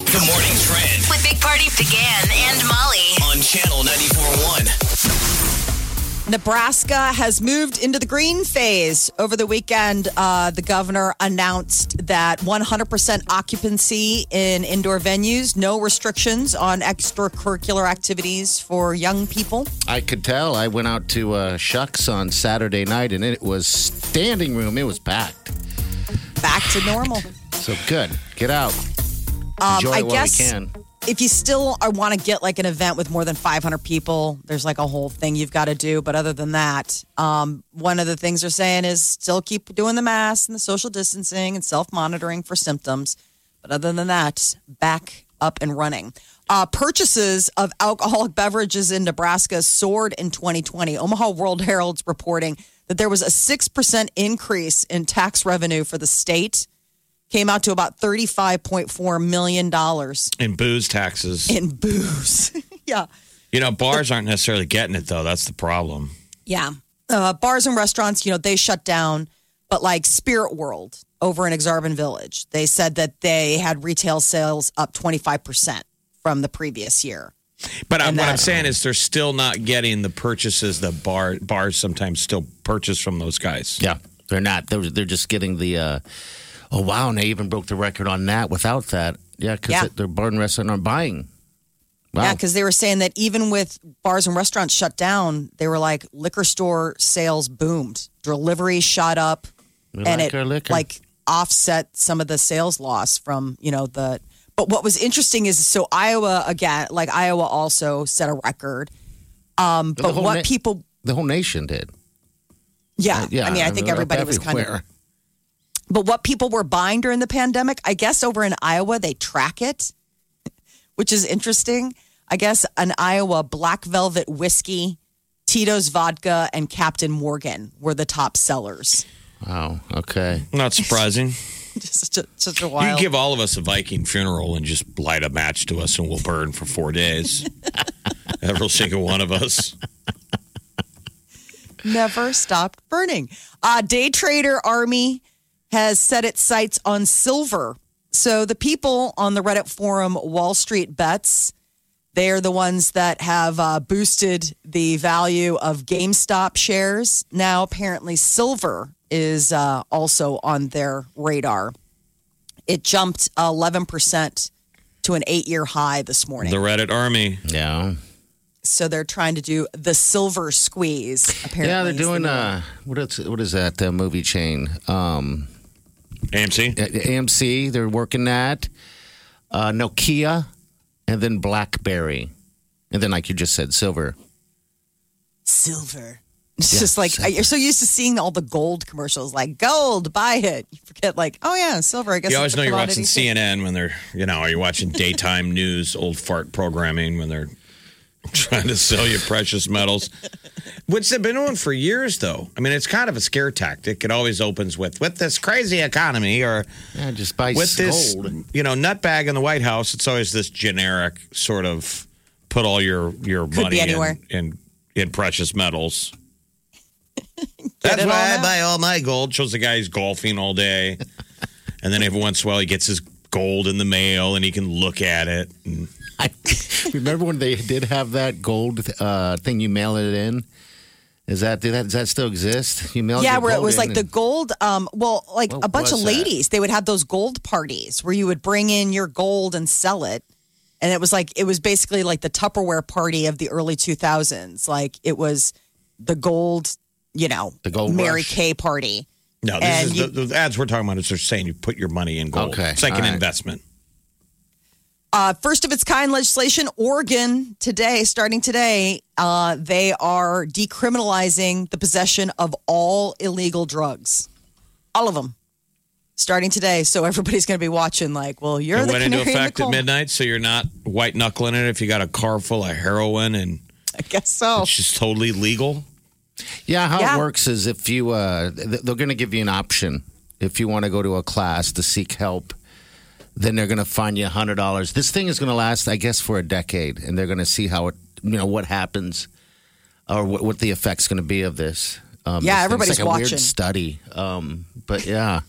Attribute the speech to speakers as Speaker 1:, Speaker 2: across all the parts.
Speaker 1: Good morning, Trend
Speaker 2: With Big Party began and Molly.
Speaker 1: on Channel 94.1.
Speaker 3: Nebraska has moved into the green phase. Over the weekend, uh, the governor announced that 100% occupancy in indoor venues, no restrictions on extracurricular activities for young people.
Speaker 4: I could tell. I went out to uh, Shucks on Saturday night, and it was standing room. It was packed.
Speaker 3: Back to normal.
Speaker 4: So good. Get out.
Speaker 3: Um,
Speaker 4: Enjoy
Speaker 3: I
Speaker 4: it while
Speaker 3: guess
Speaker 4: you can.
Speaker 3: if you still want to get like an event with more than 500 people, there's like a whole thing you've got to do. But other than that, um, one of the things they're saying is still keep doing the masks and the social distancing and self monitoring for symptoms. But other than that, back up and running. Uh, purchases of alcoholic beverages in Nebraska soared in 2020. Omaha World Herald's reporting that there was a 6% increase in tax revenue for the state, came out to about $35.4 million
Speaker 5: And booze taxes.
Speaker 3: in booze. yeah.
Speaker 5: You know, bars aren't necessarily getting it though. That's the problem.
Speaker 3: Yeah. Uh, bars and restaurants, you know, they shut down, but like Spirit World over in Exarban Village, they said that they had retail sales up 25% from the previous year.
Speaker 5: But I,
Speaker 3: And
Speaker 5: what
Speaker 3: that- uh,
Speaker 5: I'm saying is, they're still not getting the purchases that bar bars sometimes still purchase from those guys.
Speaker 4: Yeah, they're not. They're, they're just getting the. Uh, oh wow! And they even broke the record on that. Without that, yeah, because
Speaker 3: Yeah.
Speaker 4: they're bar and restaurant are buying. Wow.
Speaker 3: Yeah, because they were saying that even with bars and restaurants shut down, they were like liquor store sales boomed, delivery shot up,
Speaker 4: We
Speaker 3: and
Speaker 4: like
Speaker 3: it
Speaker 4: our liquor.
Speaker 3: like offset some of the sales loss from you know the. But what was interesting is so Iowa again, like Iowa also set a record. Um,
Speaker 4: The
Speaker 3: but
Speaker 4: whole
Speaker 3: what
Speaker 4: na-
Speaker 3: people,
Speaker 4: the whole nation did.
Speaker 3: yeah,
Speaker 4: uh, Yeah,
Speaker 3: I mean, I think
Speaker 4: they're up
Speaker 3: everybody was kind of.
Speaker 4: everywhere.
Speaker 3: But what people were buying during the pandemic, I guess over in Iowa, they track it, which is interesting. I guess in Iowa, Black Velvet Whiskey, Tito's Vodka, and Captain Morgan were the top sellers.
Speaker 4: Wow. Okay.
Speaker 5: Not surprising.
Speaker 3: Just such a, such a
Speaker 5: you
Speaker 3: wild.
Speaker 5: give all of us a Viking funeral and just light a match to us, and we'll burn for four days. Every single one of us.
Speaker 3: never stopped burning. Uh, day trader army has set its sights on silver. So the people on the Reddit forum Wall Street Bets, they are the ones that have uh, boosted the value of GameStop shares. Now apparently silver is uh, also on their radar. It jumped eleven percent to an eight-year high this morning.
Speaker 5: The Reddit army.
Speaker 4: Yeah.
Speaker 3: so they're trying to do the silver squeeze. Apparently,
Speaker 4: Yeah, they're
Speaker 3: is the
Speaker 4: doing
Speaker 3: new-
Speaker 4: uh, what is what is that uh, movie chain? Um,
Speaker 5: AMC.
Speaker 4: at AMC, they're working that. Uh, Nokia, and then BlackBerry, and then like you just said, silver.
Speaker 3: silver. It's just like you're so used to seeing all the gold commercials, like gold, buy it. You forget, like, oh yeah, silver. I guess
Speaker 5: You always
Speaker 3: it's a
Speaker 5: know you're
Speaker 3: commodity
Speaker 5: watching
Speaker 3: too.
Speaker 5: CNN when they're, you know, or you're watching daytime news, old fart programming when they're trying to sell you precious metals, which they've been doing for years, though. I mean, it's kind of a scare tactic. It always opens with, with this crazy economy or
Speaker 4: Yeah, just buy
Speaker 5: with this,
Speaker 4: gold.
Speaker 5: you know, nutbag in the White House. It's always this generic sort of put all your, your
Speaker 3: Could
Speaker 5: money
Speaker 3: be
Speaker 5: in-
Speaker 3: anywhere.
Speaker 5: in, in precious metals.
Speaker 3: Get
Speaker 5: That's
Speaker 3: it
Speaker 5: why
Speaker 3: all
Speaker 5: I
Speaker 3: now.
Speaker 5: buy all my gold. Shows the guy he's golfing all day, and then every once in a while he gets his gold in the mail and he can look at it. And
Speaker 4: I remember when they did have that gold uh, thing you mail it in. Is that, did that does that still exist? You mail
Speaker 3: Yeah,
Speaker 4: your
Speaker 3: where it
Speaker 4: gold
Speaker 3: was
Speaker 4: in
Speaker 3: like the
Speaker 4: and-
Speaker 3: gold. Um, well, like
Speaker 4: What
Speaker 3: a bunch of
Speaker 4: was that?
Speaker 3: ladies, they would have those gold parties where you would bring in your gold and sell it. And it was like it was basically like the Tupperware party of the early 2000s. Like it was the gold, you know,
Speaker 4: The gold
Speaker 3: Mary
Speaker 4: rush.
Speaker 3: Kay party.
Speaker 5: no, this
Speaker 3: And
Speaker 5: is
Speaker 3: you-
Speaker 5: the, the ads we're talking about. Is they're saying you put your money in gold.
Speaker 4: Okay,
Speaker 5: it's like an
Speaker 4: all right.
Speaker 5: investment.
Speaker 3: uh, first of its kind legislation. Oregon today, starting today, uh, they are decriminalizing the possession of all illegal drugs, all of them. starting today. So everybody's going to be watching, like, well, you're
Speaker 5: it
Speaker 3: the
Speaker 5: went into
Speaker 3: canary in the
Speaker 5: effect
Speaker 3: coal
Speaker 5: at
Speaker 3: mine.
Speaker 5: midnight, so you're not white knuckling it if you got a car full of heroin and
Speaker 3: I guess so.
Speaker 5: it's just totally legal.
Speaker 4: Yeah, how
Speaker 3: Yeah.
Speaker 4: it works is if you, uh, th- they're going to give you an option. If you want to go to a class to seek help, then they're going to fine you $100. This thing is going to last, I guess, for a decade, and they're going to see how it, you know, what happens or what, what the effect's going to be of this. Um, this
Speaker 3: Yeah,
Speaker 4: thing's
Speaker 3: everybody's
Speaker 4: like a
Speaker 3: watching.
Speaker 4: Weird study, um, but yeah,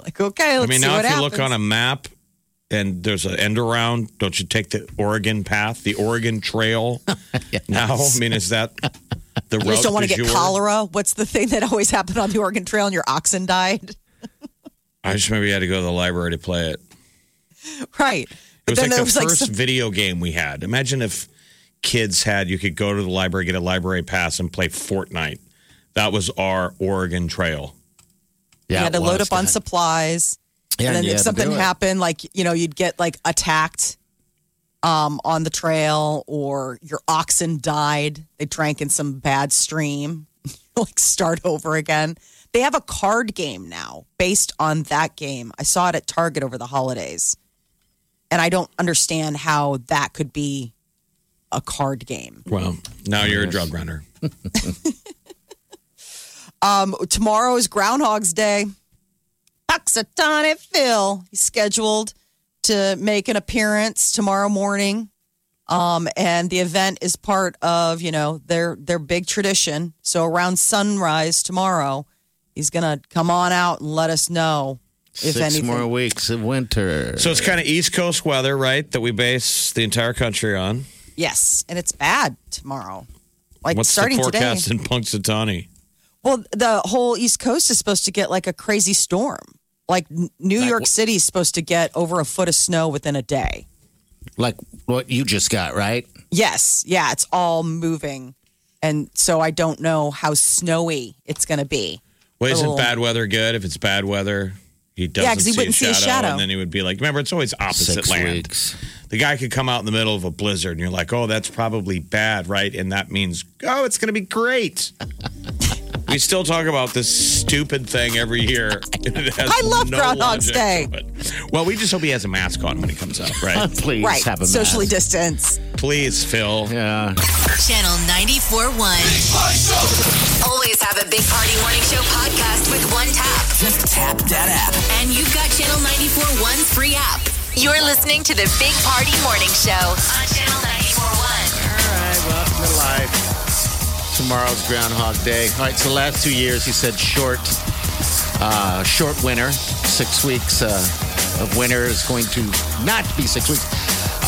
Speaker 3: Like, okay, let's
Speaker 5: I mean,
Speaker 3: see
Speaker 5: now
Speaker 3: what
Speaker 5: if you
Speaker 3: happens.
Speaker 5: look on a map and there's an end around, don't you take the Oregon path, the Oregon Trail? Now, I mean, is that the
Speaker 3: you
Speaker 5: route
Speaker 3: just don't want
Speaker 5: du
Speaker 3: to get
Speaker 5: jour?
Speaker 3: cholera. What's the thing that always happened on the Oregon Trail and your oxen died?
Speaker 5: I just remember you had to go to the library to play it.
Speaker 3: right.
Speaker 5: It
Speaker 3: But
Speaker 5: was like
Speaker 3: then there
Speaker 5: the
Speaker 3: was like
Speaker 5: first
Speaker 3: some,
Speaker 5: video game we had. Imagine if kids had you could go to the library, get a library pass, and play Fortnite. That was our Oregon Trail.
Speaker 4: yeah.
Speaker 3: you had to
Speaker 4: it
Speaker 3: load
Speaker 4: was.
Speaker 3: up on supplies.
Speaker 4: Yeah,
Speaker 3: and then
Speaker 4: you
Speaker 3: if
Speaker 4: had to do
Speaker 3: something
Speaker 4: it.
Speaker 3: happened, like you know, you'd get like attacked um, on the trail, or your oxen died. They drank in some bad stream. like start over again. They have a card game now based on that game. I saw it at Target over the holidays, and I don't understand how that could be a card game.
Speaker 5: Well, now you're a drug runner.
Speaker 3: Um, tomorrow is Groundhog's Day. Puxatonic Phil he's scheduled to make an appearance tomorrow morning, um, and the event is part of you know their their big tradition. So around sunrise tomorrow, he's gonna come on out and let us know if
Speaker 4: Six
Speaker 3: anything.
Speaker 4: more weeks of winter.
Speaker 5: So it's kind of East Coast weather, right? That we base the entire country on.
Speaker 3: yes, and it's bad tomorrow. Like
Speaker 5: What's
Speaker 3: starting
Speaker 5: the
Speaker 3: today.
Speaker 5: forecast in Punxsutawney?
Speaker 3: Well, the whole East Coast is supposed to get like a crazy storm. Like N- New York City is supposed to get over a foot of snow within a day.
Speaker 4: like what you just got, right?
Speaker 3: Yes, yeah, it's all moving, and so I don't know how snowy it's going to be.
Speaker 5: Well, isn't
Speaker 3: Oh.
Speaker 5: bad weather good? If it's bad weather, he doesn't
Speaker 3: 'cause
Speaker 5: see, a
Speaker 3: he wouldn't see
Speaker 5: shadow,
Speaker 3: a shadow.
Speaker 5: and then he would be like, "Remember, it's always opposite
Speaker 4: Six
Speaker 5: land."
Speaker 4: weeks.
Speaker 5: The guy could come out in the middle of a blizzard, and you're like, "Oh, that's probably bad, right?" And that means, "Oh, it's going to be great." we still talk about this stupid thing every year. I
Speaker 3: I love Groundhog's Day.
Speaker 5: Well, we just hope he has a mask on when he comes out, right?
Speaker 4: Please
Speaker 3: right,
Speaker 4: have a
Speaker 3: socially
Speaker 4: mask.
Speaker 3: distance.
Speaker 5: Please, Phil.
Speaker 4: Yeah.
Speaker 2: Channel 94.1. Always have a Big Party Morning Show podcast with one tap. Just tap that app. And you've got Channel 94.1's free app. You're listening to the Big Party Morning Show on Channel 94.1.
Speaker 4: All right, welcome to life. Tomorrow's Groundhog Day. All right, so last two years he said short, uh, short winter. Six weeks uh, of winter is going to not be six weeks.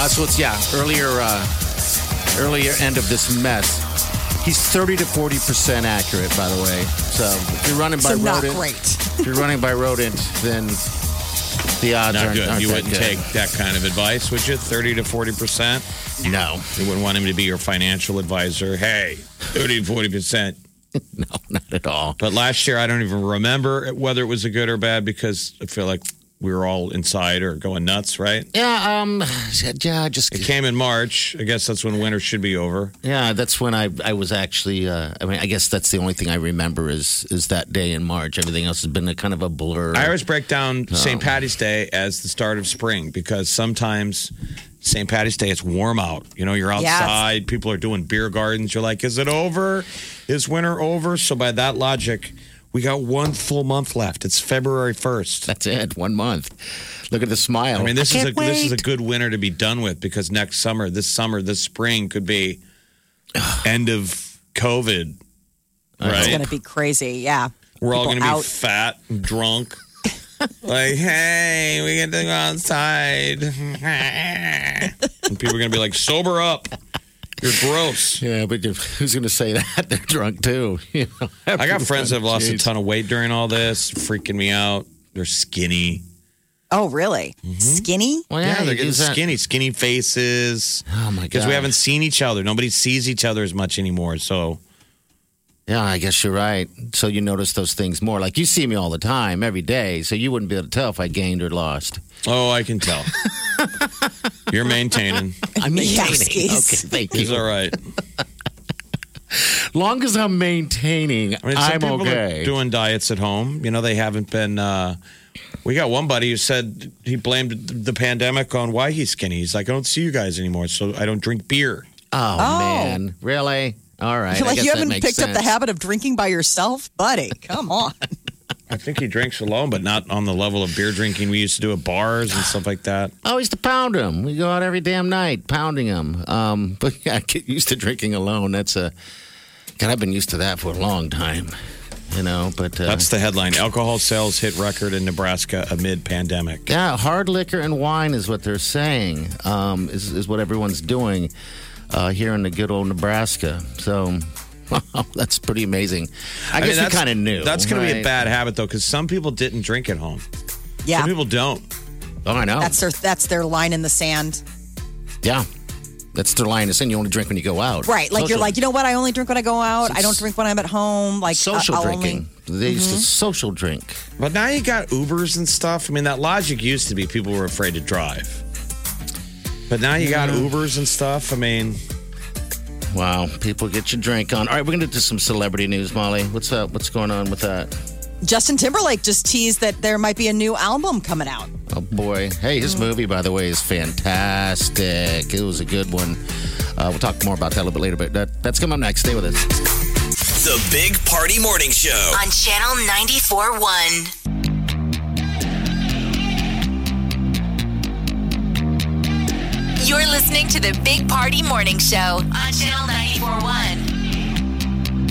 Speaker 4: Uh, so it's yeah, earlier, uh, earlier end of this mess. He's thirty to forty percent accurate, by the way. So if you're running by
Speaker 3: So not
Speaker 4: rodent,
Speaker 3: great.
Speaker 4: if you're running by rodent, then the odds
Speaker 5: Not
Speaker 4: aren't,
Speaker 5: good.
Speaker 4: aren't
Speaker 5: You
Speaker 4: that
Speaker 5: wouldn't
Speaker 4: good.
Speaker 5: take that kind of advice, would you? 30 to 40%?
Speaker 4: no,
Speaker 5: You wouldn't want him to be your financial advisor. Hey, 30 to 40%.
Speaker 4: no, not at all.
Speaker 5: But last year, I don't even remember whether it was a good or bad because I feel like we were all inside or going nuts, right?
Speaker 4: Yeah, um, yeah, just
Speaker 5: It came in March. I guess that's when winter should be over.
Speaker 4: Yeah, that's when I I was actually. Uh, I mean, I guess that's the only thing I remember is is that day in March. Everything else has been a kind of a blur.
Speaker 5: I always break down St. Patty's Day as the start of spring because sometimes St. Patty's Day it's warm out. You know, you're
Speaker 3: Yes.
Speaker 5: outside, people are doing beer gardens. You're like, is it over? Is winter over? So by that logic, we got one full month left. It's February 1st.
Speaker 4: that's it. One month. Look at the smile.
Speaker 5: I mean, this is a
Speaker 4: can't
Speaker 5: this is a
Speaker 4: wait.
Speaker 5: good winter to be done with because next summer, this summer, this spring could be end of COVID.
Speaker 3: It's
Speaker 5: Right?
Speaker 3: going to be crazy. Yeah,
Speaker 5: We're all going
Speaker 3: People
Speaker 5: to be
Speaker 3: out.
Speaker 5: fat and drunk. like, hey, we get to go outside. and people are going to be like, sober up. You're gross.
Speaker 4: Yeah, but you- who's going to say that? They're drunk too. You know,
Speaker 5: I got friends that have lost a
Speaker 4: Jeez.
Speaker 5: ton of weight during all this, freaking me out. They're skinny.
Speaker 3: Oh, really?
Speaker 4: Mm-hmm.
Speaker 3: Skinny?
Speaker 4: Well,
Speaker 5: Yeah, they're
Speaker 4: Oh, you
Speaker 5: getting
Speaker 4: use that-
Speaker 5: skinny, skinny faces.
Speaker 4: Oh my god!
Speaker 5: Because we haven't seen each other. Nobody sees each other as much anymore. So,
Speaker 4: Yeah, I guess you're right. So you notice those things more. Like you see me all the time, every day. So you wouldn't be able to tell if I gained or lost.
Speaker 5: oh, I can tell. You're maintaining.
Speaker 4: I'm maintaining. Okay,
Speaker 3: Yowskis.
Speaker 4: thank
Speaker 5: He's
Speaker 4: you.
Speaker 5: all right.
Speaker 4: Long as I'm maintaining, I
Speaker 5: some
Speaker 4: am
Speaker 5: people are
Speaker 4: okay.
Speaker 5: doing diets at home. You know, they haven't been uh, We got one buddy who said he blamed the pandemic on why he's skinny. He's like, I don't see you guys anymore, so I don't drink beer.
Speaker 4: Oh, man, really? All right. I
Speaker 3: like
Speaker 4: guess
Speaker 3: you
Speaker 4: that
Speaker 3: haven't
Speaker 4: makes
Speaker 3: picked up the
Speaker 4: sense.
Speaker 3: habit of drinking by yourself, buddy. Come on.
Speaker 5: I think he drinks alone, but not on the level of beer drinking we used to do at bars and stuff like that.
Speaker 4: Oh, he's to pound him. We go out every damn night pounding him. Um, but yeah, I get used to drinking alone. That's a God. I've been used to that for a long time. You know, but uh,
Speaker 5: That's the headline. Alcohol sales hit record in Nebraska amid pandemic.
Speaker 4: yeah, hard liquor and wine is what they're saying. Um, is is what everyone's doing uh, here in the good old Nebraska. So. Wow, that's pretty amazing. I,
Speaker 5: mean,
Speaker 4: guess we
Speaker 5: that's-
Speaker 4: kind of knew.
Speaker 5: That's going to be a
Speaker 4: right?
Speaker 5: bad habit, though, because some people didn't drink at home.
Speaker 3: Yeah.
Speaker 5: Some people don't.
Speaker 4: Oh, I know.
Speaker 3: That's their that's their line in the sand.
Speaker 4: yeah, that's their line. It's in you only drink when you go out.
Speaker 3: Right. Like you're
Speaker 4: Social-
Speaker 3: like, you know what? I only drink when I go out. I don't drink when I'm at home. Like I-
Speaker 4: social
Speaker 3: Uh, I'll only- Mm-hmm.
Speaker 4: drinking. They used to social drink.
Speaker 5: But now you got Ubers and stuff. I mean, that logic used to be people were afraid to drive. But now you got Ubers and stuff. I mean,
Speaker 4: Wow, people get your drink on. All right, we're gonna do some celebrity news, Molly. What's up? What's going on with that?
Speaker 3: Justin Timberlake just teased that there might be a new album coming out.
Speaker 4: Oh boy, hey,
Speaker 3: Mm.
Speaker 4: his movie by the way is fantastic. It was a good one. Uh, we'll talk more about that a little bit later, but that, that's coming up next. Stay with us.
Speaker 1: The Big Party Morning Show.
Speaker 2: on Channel 94.1. You're listening to the Big Party Morning Show on Channel 94.1.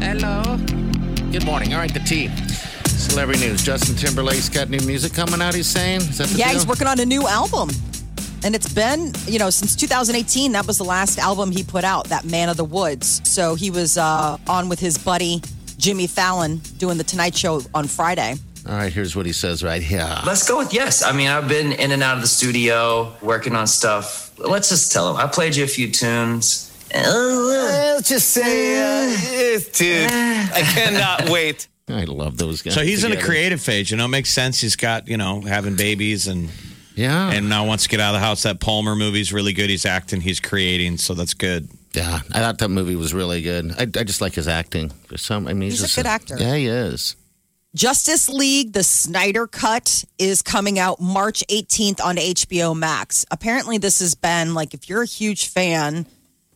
Speaker 4: Hello. Good morning. All right, the tea. Celebrity news. Justin Timberlake's got new music coming out. He's saying, is that the
Speaker 3: Yeah,
Speaker 4: deal?
Speaker 3: he's working on a new album. And it's been, you know, since 2018, that was the last album he put out, that Man of the Woods. So he was uh, on with his buddy Jimmy Fallon doing the Tonight Show on Friday.
Speaker 4: All right, here's what he says right here.
Speaker 6: Let's go with yes. I mean, I've been in and out of the studio working on stuff. Let's just tell him. I played you a few tunes.
Speaker 7: Let's just say, uh, yes, dude, I cannot wait.
Speaker 4: I love those guys.
Speaker 5: so he's in a
Speaker 4: together.
Speaker 5: creative phase. You know, it makes sense. He's got, you know, having babies and
Speaker 4: Yeah.
Speaker 5: and now wants to get out of the house. That Palmer movie's really good. He's acting, he's creating, so that's good.
Speaker 4: Yeah, I thought that movie was really good. I, I just like his acting. There's some. I mean, he's,
Speaker 3: He's a
Speaker 4: just
Speaker 3: good actor.
Speaker 4: Yeah, he is.
Speaker 3: Justice League, the Snyder Cut, is coming out March 18th on HBO Max. Apparently, this has been like, if you're a huge fan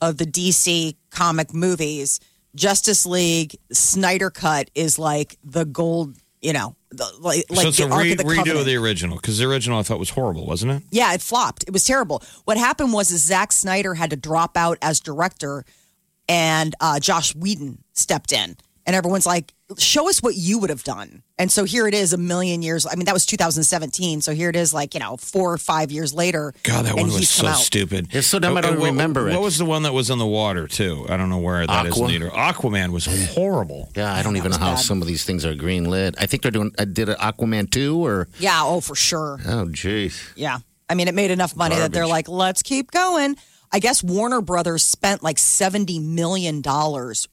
Speaker 3: of the DC comic movies, Justice League Snyder Cut is like the gold, you know, the, like, like
Speaker 5: so it's
Speaker 3: the
Speaker 5: a
Speaker 3: Ark
Speaker 5: re-
Speaker 3: of the
Speaker 5: redo
Speaker 3: Covenant.
Speaker 5: of the original because the original I thought was horrible, wasn't it?
Speaker 3: Yeah, it flopped. It was terrible. What happened was is Zack Snyder had to drop out as director, and uh, Josh Whedon stepped in, and everyone's like, "Show us what you would have done." And so here it is, a million years. I mean, that was 2017. So here it is, like you know, four or five years later.
Speaker 5: God, that
Speaker 3: and
Speaker 5: one was
Speaker 3: he's
Speaker 5: so
Speaker 3: come out.
Speaker 5: stupid.
Speaker 4: It's so dumb I don't
Speaker 5: And what-
Speaker 4: remember it.
Speaker 5: What was the one that was in the water too? I don't know where that is
Speaker 4: Aqua?
Speaker 5: either. Aquaman was horrible.
Speaker 4: Yeah, I don't even know how some of these things are green lit. I think they're doing. I did an Aquaman two or
Speaker 3: Yeah. Oh, for sure.
Speaker 4: oh jeez.
Speaker 3: Yeah. I mean, it made enough money that they're like, let's keep going. I guess Warner Brothers spent like $70 million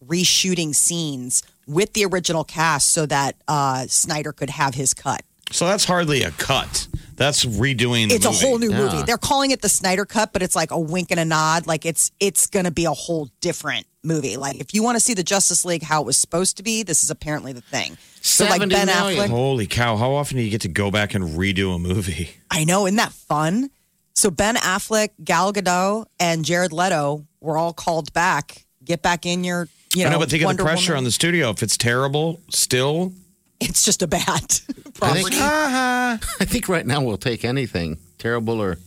Speaker 3: reshooting scenes with the original cast so that uh, Snyder could have his cut.
Speaker 5: So that's hardly a cut. That's redoing. The
Speaker 3: It's a
Speaker 5: movie.
Speaker 3: whole new
Speaker 4: Yeah.
Speaker 3: movie. They're calling it the Snyder Cut, but it's like a wink and a nod. Like it's it's going to be a whole different movie. Like if you want to see the Justice League how it was supposed to be, this is apparently the thing. So like
Speaker 4: 70
Speaker 3: Ben
Speaker 4: million.
Speaker 3: Affleck,
Speaker 5: Holy cow! How often do you get to go back and redo a movie?
Speaker 3: I know, isn't that fun? So Ben Affleck, Gal Gadot, and Jared Leto were all called back. Get back in your, you know,
Speaker 5: I know, but think of the
Speaker 3: Wonder
Speaker 5: pressure on
Speaker 3: Woman.
Speaker 5: the studio. If it's terrible, still.
Speaker 3: It's just a bat.
Speaker 4: I think, I think right now we'll take anything terrible or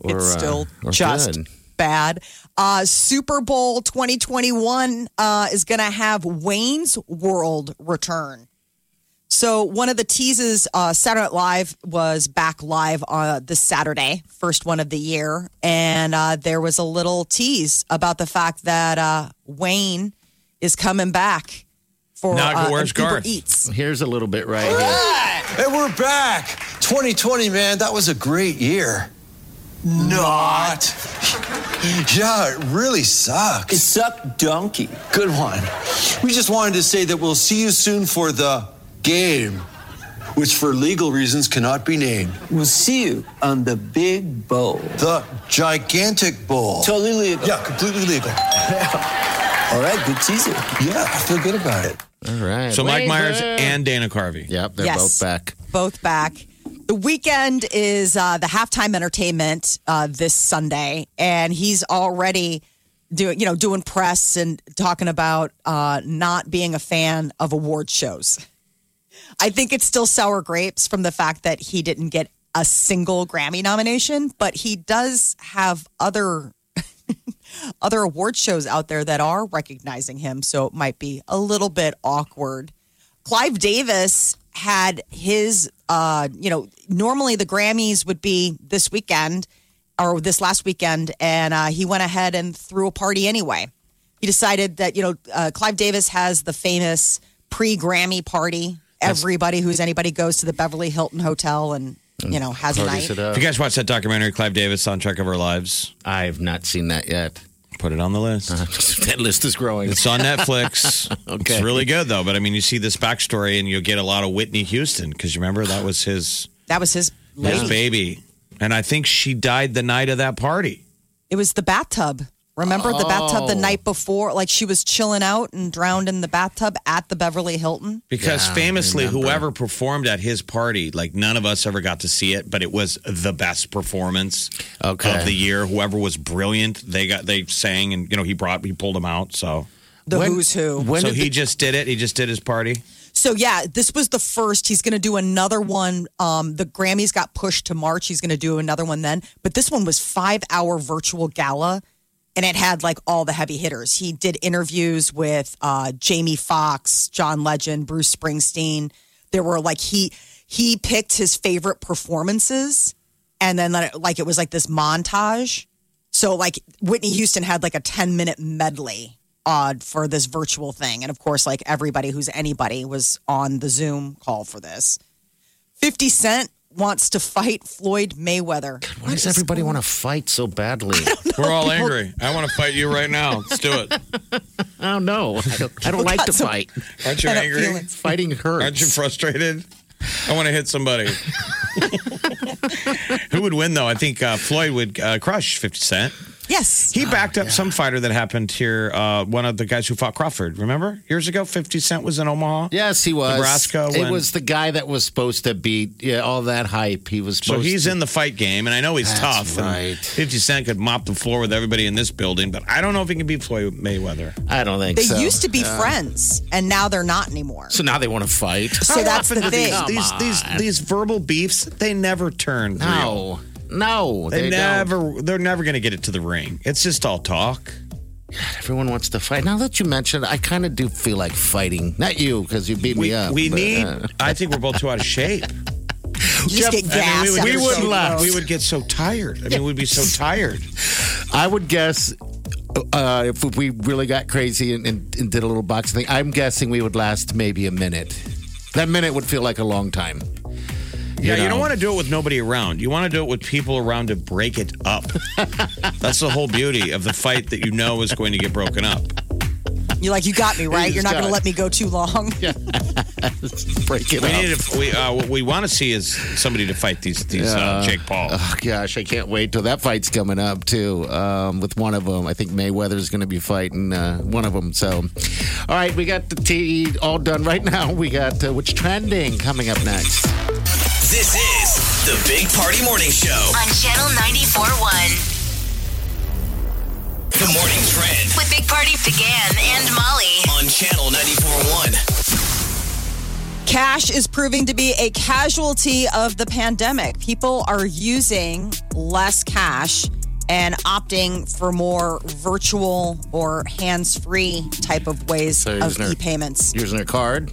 Speaker 4: or
Speaker 3: it's
Speaker 4: uh,
Speaker 3: still
Speaker 4: or
Speaker 3: just
Speaker 4: good.
Speaker 3: bad. Uh, Super Bowl 2021 uh, is going to have Wayne's World return. So one of the teases, uh, Saturday Night Live was back live uh, this Saturday, first one of the year, and uh, there was a little tease about the fact that uh, Wayne is coming back for
Speaker 5: Now I go,
Speaker 3: uh,
Speaker 5: where's
Speaker 3: an Uber
Speaker 5: Garth?
Speaker 3: Eats.
Speaker 4: Here's a little bit right here.
Speaker 7: Hey, we're back. 2020, man, that was a great year. Not. Yeah, it really sucks. It sucked donkey. Good one. We just wanted to say that we'll see you soon for the game. which for legal reasons cannot be named.
Speaker 8: We'll see you on the big bowl.
Speaker 7: The gigantic bowl.
Speaker 8: Totally legal.
Speaker 7: yeah, completely legal.
Speaker 8: All right, good teaser.
Speaker 7: Yeah, I feel good about it.
Speaker 4: All right.
Speaker 5: So Mike Myers
Speaker 4: Laser.
Speaker 5: and Dana Carvey.
Speaker 4: Yep, they're
Speaker 3: Yes.
Speaker 4: both back.
Speaker 3: both back. The weekend is uh, the halftime entertainment uh, this Sunday, and he's already doing you know doing press and talking about uh, not being a fan of award shows. I think it's still sour grapes from the fact that he didn't get a single Grammy nomination, but he does have other other award shows out there that are recognizing him, so it might be a little bit awkward. Clive Davis had his, uh, you know, normally the Grammys would be this weekend or this last weekend, and uh, he went ahead and threw a party anyway. He decided that, you know, uh, Clive Davis has the famous pre Grammy party. Everybody who's anybody goes to the Beverly Hilton Hotel and, you know, has a night.
Speaker 4: Parties it up.
Speaker 5: If you guys watch that documentary, Clive Davis, Soundtrack of Our Lives,
Speaker 4: I've not seen that yet.
Speaker 5: put it on the list.
Speaker 4: that list is growing.
Speaker 5: It's on Netflix.
Speaker 4: Uh-huh. Okay.
Speaker 5: It's really good, though. But I mean, you see this backstory and you'll get a lot of Whitney Houston because remember that was his,
Speaker 3: That was his
Speaker 5: his
Speaker 3: lady.
Speaker 5: baby. And I think she died the night of that party.
Speaker 3: It was the bathtub. Remember the bathtub the night before? Like she was chilling out and drowned in the bathtub at the Beverly Hilton.
Speaker 5: Because
Speaker 4: Yeah, I
Speaker 5: famously,
Speaker 4: remember.
Speaker 5: whoever performed at his party, like none of us ever got to see it, but it was the best performance
Speaker 4: Okay.
Speaker 5: of the year. Whoever was brilliant, they got they sang, and you know he brought he pulled them out. So
Speaker 3: The
Speaker 4: When-
Speaker 3: who's who.
Speaker 4: When
Speaker 5: so
Speaker 4: did
Speaker 5: he just did it. He just did his party.
Speaker 3: So yeah, this was the first. He's going to do another one. Um, the Grammys got pushed to March. He's going to do another one then. But this one was five hour virtual gala, and it had like all the heavy hitters. He did interviews with uh, Jamie Foxx, John Legend, Bruce Springsteen. There were like he he picked his favorite performances, and then like, like it was like this montage. So like Whitney Houston had like a 10 minute medley odd for this virtual thing. And of course, like everybody who's anybody was on the Zoom call for this. 50 Cent wants to fight Floyd Mayweather.
Speaker 4: why does everybody want to fight so badly?
Speaker 5: We're all angry. I want to fight you right now. Let's do it.
Speaker 4: I don't know. I don't, I don't like to fight.
Speaker 5: Aren't you
Speaker 3: Pent-up
Speaker 5: angry?
Speaker 3: feelings.
Speaker 4: Fighting hurts.
Speaker 5: Aren't you frustrated? I want to hit somebody. Who would win though? I think uh, Floyd would uh, crush 50 Cent.
Speaker 3: Yes.
Speaker 4: Ah,
Speaker 5: He backed up some fighter that happened here. Uh, one of the guys who fought Crawford. Remember years ago, 50 Cent was in Omaha.
Speaker 4: Yes, he was.
Speaker 5: Nebraska
Speaker 4: It
Speaker 5: when-
Speaker 4: was the guy that was supposed to beat yeah, all that hype. He was
Speaker 5: So
Speaker 4: supposed
Speaker 5: he's
Speaker 4: to,
Speaker 5: in the fight game, and I know he's
Speaker 4: That's
Speaker 5: tough. and
Speaker 4: right.
Speaker 5: 50 Cent could mop the floor with everybody in this building, but I don't know if he can beat Floyd Mayweather.
Speaker 4: I don't think
Speaker 3: They
Speaker 4: so.
Speaker 3: used to be friends, and now they're not anymore.
Speaker 4: So now they want to fight.
Speaker 3: So that's the thing.
Speaker 5: These these these verbal beefs, they never turn. real.
Speaker 4: No, no,
Speaker 5: They,
Speaker 4: they,
Speaker 5: never
Speaker 4: Don't.
Speaker 5: they're never going to get it to the ring. It's just all talk.
Speaker 4: Everyone wants to fight. Now that you mentioned, it, I kind of do feel like fighting. Not you, because you beat
Speaker 5: We,
Speaker 4: me up.
Speaker 5: we
Speaker 4: but,
Speaker 5: need
Speaker 4: uh,
Speaker 5: I think we're both too out of shape.
Speaker 3: You just get
Speaker 5: I
Speaker 3: gas.
Speaker 5: mean, we would, we, would
Speaker 4: laugh.
Speaker 5: we would get so tired. I mean, we'd be so tired.
Speaker 4: I would guess. Uh, if we really got crazy and, and, and did a little boxing thing, I'm guessing we would last maybe a minute. That minute would feel like a long time.
Speaker 5: yeah, you
Speaker 4: know.
Speaker 5: don't want to do it with nobody around. You want to do it with people around to break it up. That's the whole beauty of the fight that you know is going to get broken up.
Speaker 3: You're like, you got me, right?
Speaker 4: You
Speaker 3: You're not
Speaker 4: just
Speaker 3: going to
Speaker 4: got
Speaker 3: let me go too long.
Speaker 4: Break it
Speaker 5: We
Speaker 4: up.
Speaker 5: need to, we uh, what we want to see is somebody to fight these these uh, Jake Paul.
Speaker 4: Oh, gosh, I can't wait till that fight's coming up too. Um, with one of them, I think Mayweather's going to be fighting uh, one of them. So, all right, we got the tea all done right now. We got uh, what's trending coming up next.
Speaker 1: This is the Big Party Morning Show.
Speaker 2: On Channel 94.1
Speaker 1: The morning trend
Speaker 2: with Big Party began and Molly.
Speaker 1: on Channel 94.1.
Speaker 3: Cash is proving to be a casualty of the pandemic. People are using less cash and opting for more virtual or hands free type of ways
Speaker 4: So
Speaker 3: of
Speaker 4: isn't there-
Speaker 3: e payments.
Speaker 4: Using a card.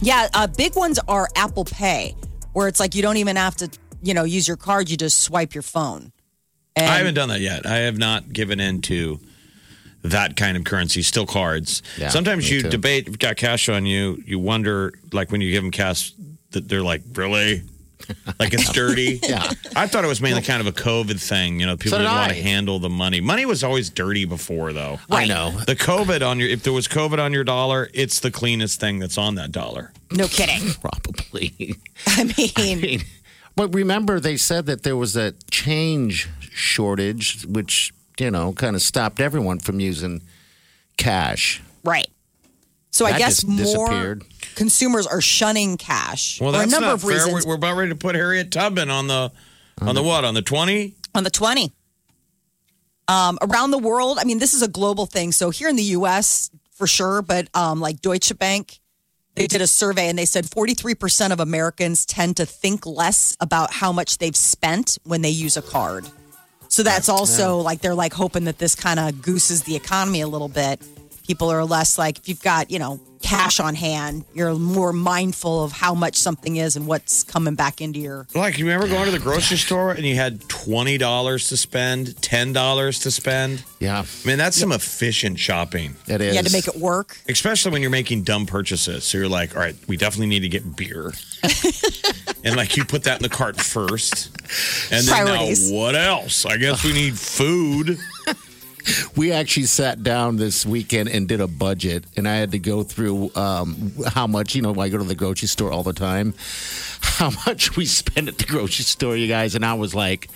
Speaker 3: Yeah, uh, big ones are Apple Pay, where it's like you don't even have to, you know, use your card, you just swipe your phone. And
Speaker 5: I haven't done that yet. I have not given in to that kind of currency. Still cards.
Speaker 4: Yeah,
Speaker 5: Sometimes
Speaker 4: me
Speaker 5: you
Speaker 4: too.
Speaker 5: debate. We've got cash on you. You wonder, like when you give them cash, that they're like, really? Like it's dirty.
Speaker 4: Yeah.
Speaker 5: I thought it was mainly kind of a COVID thing. You know, people
Speaker 4: So did
Speaker 5: didn't want to
Speaker 4: I.
Speaker 5: handle the money. Money was always dirty before, though.
Speaker 4: I know.
Speaker 5: The COVID on your, if there was COVID on your dollar, it's the cleanest thing that's on that dollar.
Speaker 3: No kidding.
Speaker 4: Probably.
Speaker 3: I mean,
Speaker 4: But remember, they said that there was a change shortage, which, you know, kind of stopped everyone from using cash.
Speaker 3: right. So I
Speaker 4: That
Speaker 3: guess
Speaker 4: just
Speaker 3: more
Speaker 4: disappeared.
Speaker 3: consumers are shunning cash
Speaker 5: Well,
Speaker 3: for a
Speaker 5: that's
Speaker 3: number
Speaker 5: not
Speaker 3: of
Speaker 5: fair.
Speaker 3: reasons.
Speaker 5: We're, we're about ready to put Harriet Tubman on the on the what on the twenty.
Speaker 3: on the 20. Um, around the world, I mean, this is a global thing. So here in the US, for sure, but um, like Deutsche Bank, they did a survey and they said 43% of Americans tend to think less about how much they've spent when they use a card. So that's also like they're like hoping that this kind of gooses the economy a little bit. People are less like, if you've got, you know, cash on hand, you're more mindful of how much something is and what's coming back into your
Speaker 5: Like you remember going to the grocery store and you had twenty dollars to spend, ten dollars to spend.
Speaker 4: Yeah,
Speaker 5: I mean, that's some efficient shopping.
Speaker 4: it is.
Speaker 3: you had to make it work.
Speaker 5: especially when you're making dumb purchases. So you're like, all right, we definitely need to get beer. and like you put that in the cart first. And then
Speaker 3: Priorities.
Speaker 5: now what else? I guess we need food.
Speaker 4: We actually sat down this weekend and did a budget, and I had to go through um, how much, you know, I go to the grocery store all the time, how much we spend at the grocery store, you guys. And I was like,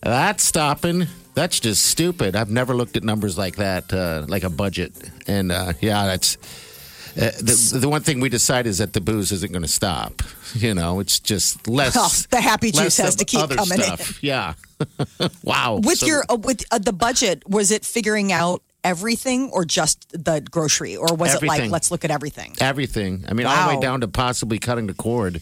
Speaker 4: that's stopping. That's just stupid. I've never looked at numbers like that, uh, like a budget. And uh, yeah, that's. Uh, the, the one thing we decide is that the booze isn't going to stop. You know, it's just less.
Speaker 3: Oh, the happy juice
Speaker 4: less
Speaker 3: has
Speaker 4: of
Speaker 3: to keep
Speaker 4: other
Speaker 3: coming in.
Speaker 4: stuff. Yeah. wow.
Speaker 3: with
Speaker 4: So-
Speaker 3: your uh, with uh, the budget was it figuring out everything or just the grocery or was it like
Speaker 4: Everything.
Speaker 3: let's look at everything
Speaker 4: everything. I mean, all the
Speaker 3: Wow.
Speaker 4: way down to possibly cutting the cord.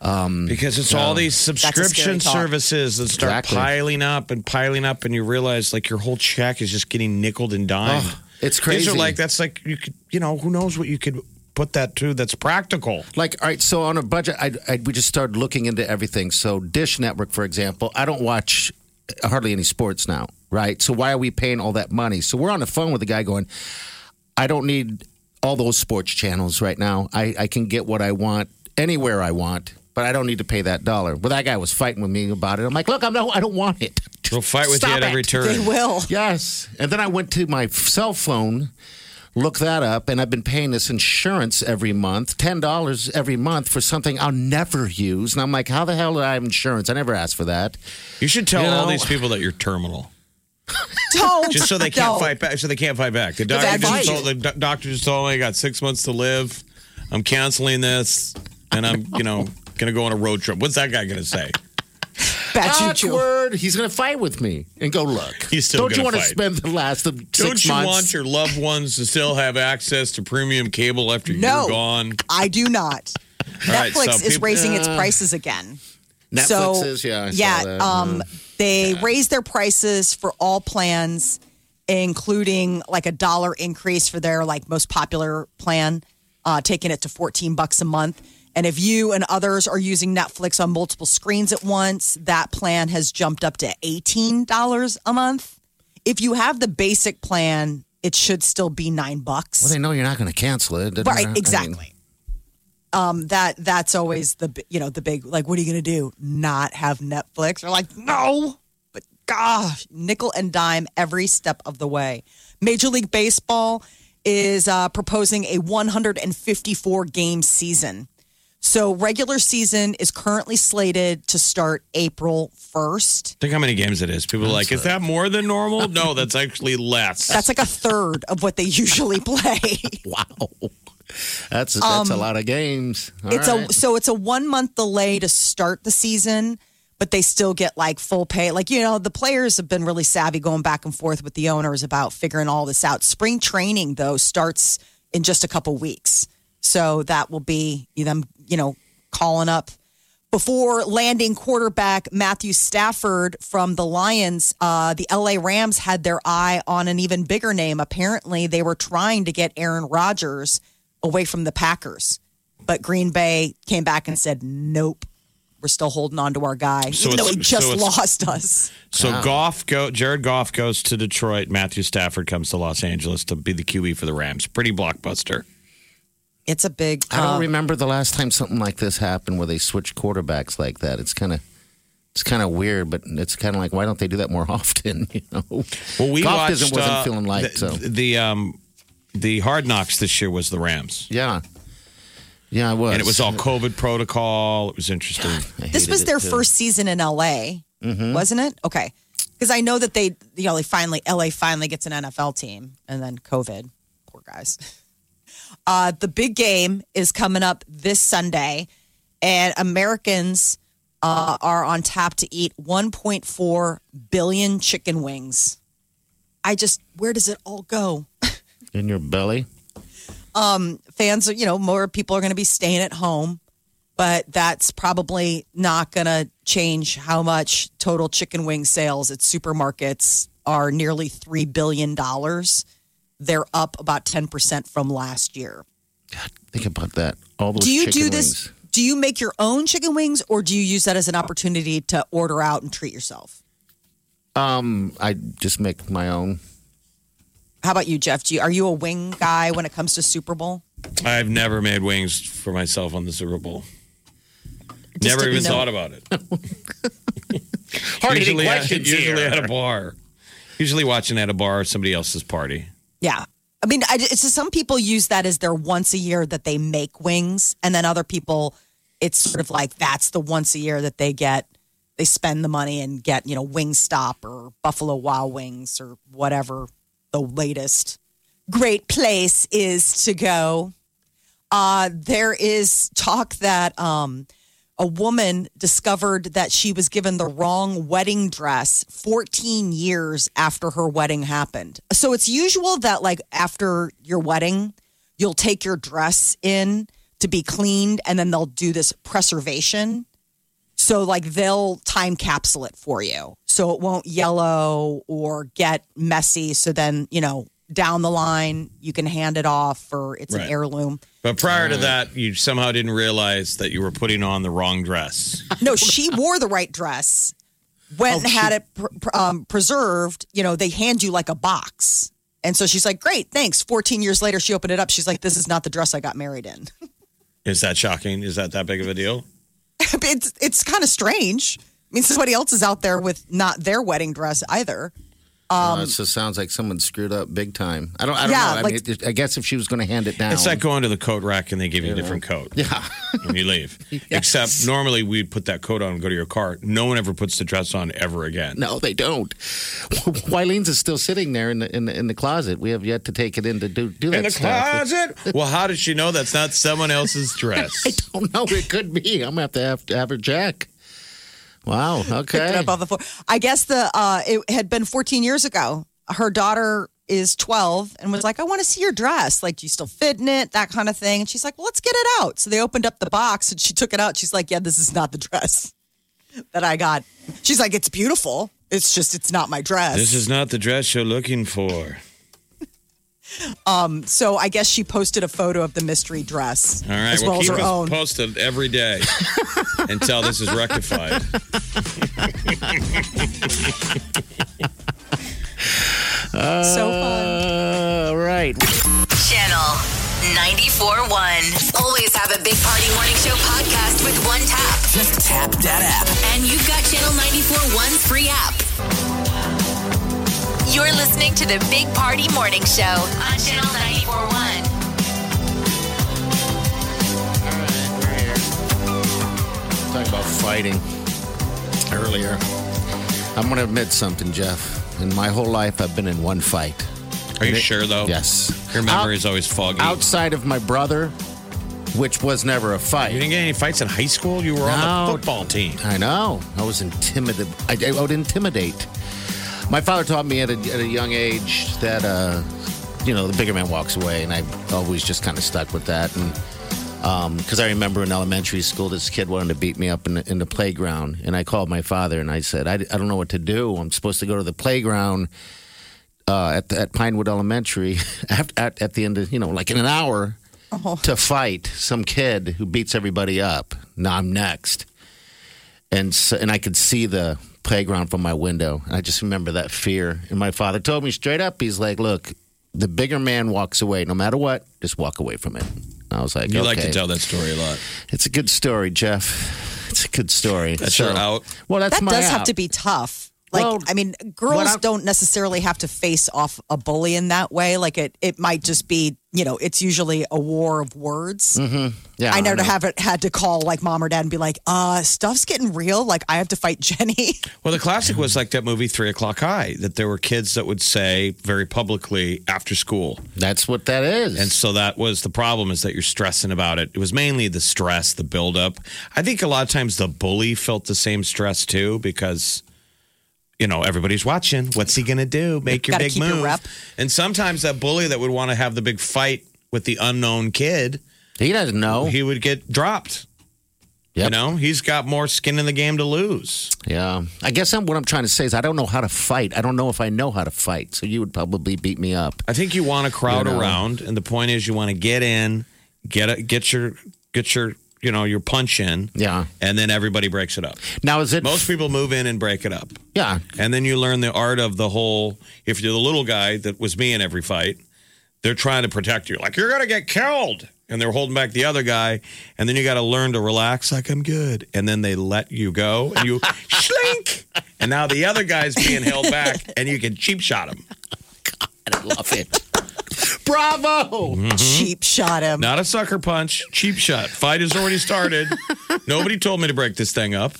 Speaker 5: Because it's all these
Speaker 3: a scary
Speaker 5: subscription
Speaker 3: thought.
Speaker 5: services that start
Speaker 4: Exactly.
Speaker 5: piling up and piling up, and you realize like your whole check is just getting nickled and dimed.
Speaker 4: Oh, it's
Speaker 5: These
Speaker 4: crazy.
Speaker 5: are like that's like you could you know who knows what you could put that to that's practical.
Speaker 4: Like, all right, so on a budget, I, I, we just started looking into everything. So, Dish Network, for example, I don't watch hardly any sports now, right? So, why are we paying all that money? So, we're on the phone with the guy going, I don't need all those sports channels right now. I, I can get what I want anywhere I want, but I don't need to pay that dollar. Well, that guy was fighting with me about it. I'm like, look, I'm no, I don't want it.
Speaker 5: We'll fight with you
Speaker 4: Stop
Speaker 5: at every
Speaker 4: it.
Speaker 3: they
Speaker 5: turn.
Speaker 3: will
Speaker 4: Yes. And then I went to my f- cell phone, looked that up, and I've been paying this insurance every month, $10 every month for something I'll never use. And I'm like, how the hell did I have insurance? I never asked for that.
Speaker 5: You should tell
Speaker 4: You
Speaker 5: all
Speaker 4: know-
Speaker 5: these people that you're terminal.
Speaker 3: don't
Speaker 5: just so they can't
Speaker 3: don't.
Speaker 5: fight back. So they can't fight back. The doctor
Speaker 3: Bad
Speaker 5: just
Speaker 3: fight.
Speaker 5: told the do- doctor just told me I got six months to live. I'm canceling this, and I'm you know gonna go on a road trip. What's that guy gonna say?
Speaker 3: Bad juju.
Speaker 4: Awkward. He's going to fight with me and go, look.
Speaker 5: He's still
Speaker 4: Don't you
Speaker 5: gonna
Speaker 4: want to
Speaker 5: fight.
Speaker 4: spend the last of
Speaker 5: Don't
Speaker 4: six
Speaker 5: you want
Speaker 4: months?
Speaker 5: your loved ones to still have access to premium cable after
Speaker 3: No.
Speaker 5: you're gone?
Speaker 3: i do not
Speaker 5: All right,
Speaker 3: netflix
Speaker 5: so
Speaker 3: is
Speaker 5: people-
Speaker 3: raising its prices again
Speaker 4: Netflix
Speaker 3: so
Speaker 4: is, yeah. I saw
Speaker 3: yeah
Speaker 4: that. Mm-hmm.
Speaker 3: um they raised their prices for all plans including like a dollar increase for their like most popular plan uh taking it to 14 bucks a month and if you and others are using netflix on multiple screens at once that plan has jumped up to $18 a month if you have the basic plan it should still be 9 bucks
Speaker 4: well, they know you're not going to cancel it. Doesn't matter. I
Speaker 3: right
Speaker 4: mean,
Speaker 3: exactly um that that's always the bi- you know the big like what are you gonna do not have netflix or like no but gosh nickel and dime every step of the way major league baseball is uh, proposing a 154 game season so regular season is currently slated to start april 1st
Speaker 5: Think how many games it is. People are like, is that more than normal? No, that's actually less.
Speaker 3: that's like a third of what they usually play
Speaker 4: wow. That's, that's a lot of games. All
Speaker 3: Um, it's
Speaker 4: right.
Speaker 3: a so it's a one month delay to start the season but they still get like full pay like you know the players have been really savvy going back and forth with the owners about figuring all this out spring training though starts in just a couple weeks so that will be them you know calling up before landing quarterback Matthew Stafford from the Lions, uh, the LA Rams had their eye on an even bigger name. Apparently, they were trying to get Aaron Rodgers away from the Packers, but Green Bay came back and said, nope. We're still holding on to our guy,
Speaker 5: So
Speaker 3: even though
Speaker 5: it's-
Speaker 3: he just
Speaker 5: so it's-
Speaker 3: lost us.
Speaker 5: so Goff go Jared Goff goes to E Detroit. Matthew Stafford comes to Los Angeles to be the QE for the Rams. Pretty blockbuster.
Speaker 3: It's a big.
Speaker 4: I don't
Speaker 3: uh,
Speaker 4: remember the last time something like this happened where they switched quarterbacks like that. It's kind of it's kind of weird, but it's kind of like why don't they do that more often? You know,
Speaker 5: Well, we
Speaker 4: golf
Speaker 5: watched,
Speaker 4: isn't, wasn't
Speaker 5: uh,
Speaker 4: feeling light,
Speaker 5: the,
Speaker 4: so
Speaker 5: the um the hard knocks this year was the Rams,
Speaker 4: yeah, yeah, I was,
Speaker 5: and it was all COVID protocol. It was interesting.
Speaker 4: I
Speaker 3: This
Speaker 4: hated
Speaker 3: was
Speaker 4: it,
Speaker 3: their
Speaker 4: too.
Speaker 3: first season in LA, wasn't it? Okay. Because I know that they, you know, they finally, LA finally gets an NFL team and then COVID. Poor guys. Uh, the big game is coming up this Sunday, and Americans uh, are on tap to eat 1.4 billion chicken wings. I just, where does it all go?
Speaker 4: in your belly.
Speaker 3: fans are, you know, more people are going to be staying at home, but that's probably not going to change how much total chicken wing sales at supermarkets are nearly $3 billion. They're up about 10% from last year.
Speaker 4: Think about that. All those
Speaker 3: do you
Speaker 4: chicken
Speaker 3: do this?
Speaker 4: wings.
Speaker 3: Do you make your own chicken wings or do you use that as an opportunity to order out and treat yourself?
Speaker 4: Um, I just make my own.
Speaker 3: How about you, Jeff? Do you, are you a wing guy when it comes to Super Bowl?
Speaker 5: I've never made wings for myself on the Super Bowl.
Speaker 3: Just
Speaker 5: never
Speaker 3: didn't
Speaker 5: even
Speaker 3: know.
Speaker 5: thought about it.
Speaker 9: Hard hitting
Speaker 5: usually, at,
Speaker 9: questions
Speaker 5: usually uh,
Speaker 9: here.
Speaker 5: at a bar. Usually watching at a bar or somebody else's party.
Speaker 3: Yeah. I mean, I, it's just some people use that as their once a year that they make wings, and then other people, it's sort of like that's the once a year that they get, they spend the money and get you know Wingstop or Buffalo Wild Wings or whatever the latest great place is to go. Uh, there is talk that um, a woman discovered that she was given the wrong wedding dress 14 years after her wedding happened. So it's usual that, like, after your wedding, you'll take your dress in to be cleaned and then they'll do this preservation. So, like, they'll time capsule it for you so it won't yellow or get messy. So then, you know, down the line, you can hand it off or it's
Speaker 5: Right.
Speaker 3: an heirloom.
Speaker 5: But prior
Speaker 4: Mm.
Speaker 5: to that, you somehow didn't realize that you were putting on the wrong dress.
Speaker 3: No, she wore the right dress. Went and had it pr- pr- um, preserved. You know, they hand you like a box, and so she's like, "Great, thanks." Fourteen years later, she opened it up. She's like, "This is not the dress I got married in."
Speaker 5: Is that shocking? Is that that big of a deal?
Speaker 3: it's it's kind of strange. I mean, somebody else is out there with not their wedding dress either.
Speaker 4: uh, so it sounds like someone screwed up big time. I don't. I don't
Speaker 3: Um, Yeah,
Speaker 4: know. I,
Speaker 3: like-
Speaker 4: mean, it, I guess if she was going to hand it down,
Speaker 5: It's like going to the coat rack and they give you a different coat.
Speaker 4: yeah.
Speaker 5: when you leave. Except normally we'd put that coat on and go to your car. No one ever puts the dress on ever again.
Speaker 4: No, they don't. Wylene's is still sitting there in the in the, in the closet. We have yet to take it in to do do that
Speaker 5: In the
Speaker 4: stuff.
Speaker 5: closet? well, how did she know that's not someone else's dress?
Speaker 4: I don't know. It could be. I'm gonna have to have to have her check. Wow.
Speaker 3: picked it
Speaker 4: Okay.
Speaker 3: up off the floor. I guess the uh, it had been 14 years ago. Her daughter is 12 and was like, "I want to see your dress. Like, do you still fit in it? That kind of thing." And she's like, "Well, let's get it out." So they opened up the box and she took it out. She's like, "Yeah, this is not the dress that I got." She's like, "It's beautiful. It's just it's not my dress."
Speaker 5: This is not the dress you're looking for.
Speaker 3: so I guess she posted a photo of the mystery dress
Speaker 5: All right,
Speaker 3: as
Speaker 5: well,
Speaker 3: well as
Speaker 5: keep
Speaker 3: her
Speaker 5: us
Speaker 3: own.
Speaker 5: posted every day until this is rectified.
Speaker 3: so fun.
Speaker 4: All right.
Speaker 2: Channel 94.1. Always have a Big Party Morning Show podcast with one tap. Just tap that app. And you've got Channel 94.1's free app. You're listening to the Big Party Morning Show on Channel 94.1.
Speaker 4: Talking about fighting earlier. I'm gonna admit something, Jeff. In my whole life, I've been in one fight.
Speaker 5: Are you sure, though?
Speaker 4: Yes.
Speaker 5: Oh, Your memory is always foggy.
Speaker 4: Outside of my brother, which was never a
Speaker 5: You
Speaker 4: fight.
Speaker 5: didn't get any fights in high school? You were on the
Speaker 4: No.
Speaker 5: football team.
Speaker 4: I know. I was intimidated. I, I would intimidate. My father taught me at a, at a young age that, uh, you know, the bigger man walks away, and I always just kind of stuck with that. And because I remember in elementary school, this kid wanted to beat me up in the, in the playground, and I called my father and I said, I, I don't know what to do. I'm supposed to go to the playground uh, at at Pinewood Elementary at, at at the end of you know like in an hour to fight some kid who beats everybody up. Now I'm next, and so, and I could see the playground from my window, and I just remember that fear. And my father told me straight up, he's like, "Look, the bigger man walks away. No matter what, just walk away from it." And I was like,
Speaker 5: You like to
Speaker 4: okay.
Speaker 5: tell that story a lot.
Speaker 4: It's a good story, Jeff. It's a good story.
Speaker 5: That's your out?
Speaker 4: Well, that's
Speaker 3: that
Speaker 4: my
Speaker 3: does have
Speaker 4: out.
Speaker 3: to be tough. Like, I mean, girls
Speaker 4: I'm-
Speaker 3: don't necessarily have to face off a bully in that way. Like, it, it might just be, you know, it's usually a war of words.
Speaker 4: Mhm. Yeah,
Speaker 3: I never
Speaker 4: know.
Speaker 3: haven't had to call like mom or dad and be like, uh, stuff's getting real. Like, I have to fight Jenny.
Speaker 4: Mm-hmm.
Speaker 5: Well, the classic was like that movie Three O'clock High, that there were kids that would say very publicly after school.
Speaker 4: That's what that is.
Speaker 5: And so that was the problem is that you're stressing about it. It was mainly the stress, the buildup. I think a lot of times the bully felt the same stress too because, you know, everybody's watching. What's he going to do? Make your
Speaker 3: Gotta
Speaker 5: big
Speaker 3: keep your
Speaker 5: move.
Speaker 3: rep.
Speaker 5: And sometimes that bully that would want to have the big fight with the unknown kid,
Speaker 4: he doesn't
Speaker 3: Oh.
Speaker 4: know.
Speaker 5: He would get dropped. You know, he's got more skin in the game to lose.
Speaker 4: Yeah. I guess I'm, what I'm trying to say is I don't know how to fight. I don't know if I know how to fight. So you would probably beat me up.
Speaker 5: I think you want to crowd
Speaker 4: You know?
Speaker 5: around, and the point is you want to get in, get a, get your get your you know your punch in,
Speaker 4: Yeah.
Speaker 5: and then everybody breaks it up.
Speaker 4: Now is it?
Speaker 5: Most people move in and break it up,
Speaker 4: yeah.
Speaker 5: and then you learn the art of the whole. If you're the little guy that was me in every fight, they're trying to protect you, like you're gonna get killed, and they're holding back the other guy, and then you got to learn to relax, like I'm good, and then they let you go, and you slink, and now the other guy's being held back, and you can cheap shot him.
Speaker 4: I love it. Bravo.
Speaker 5: Mm-hmm.
Speaker 3: Cheap shot him.
Speaker 5: Not a sucker punch, cheap shot. Fight has already started. Nobody told me to break this thing up.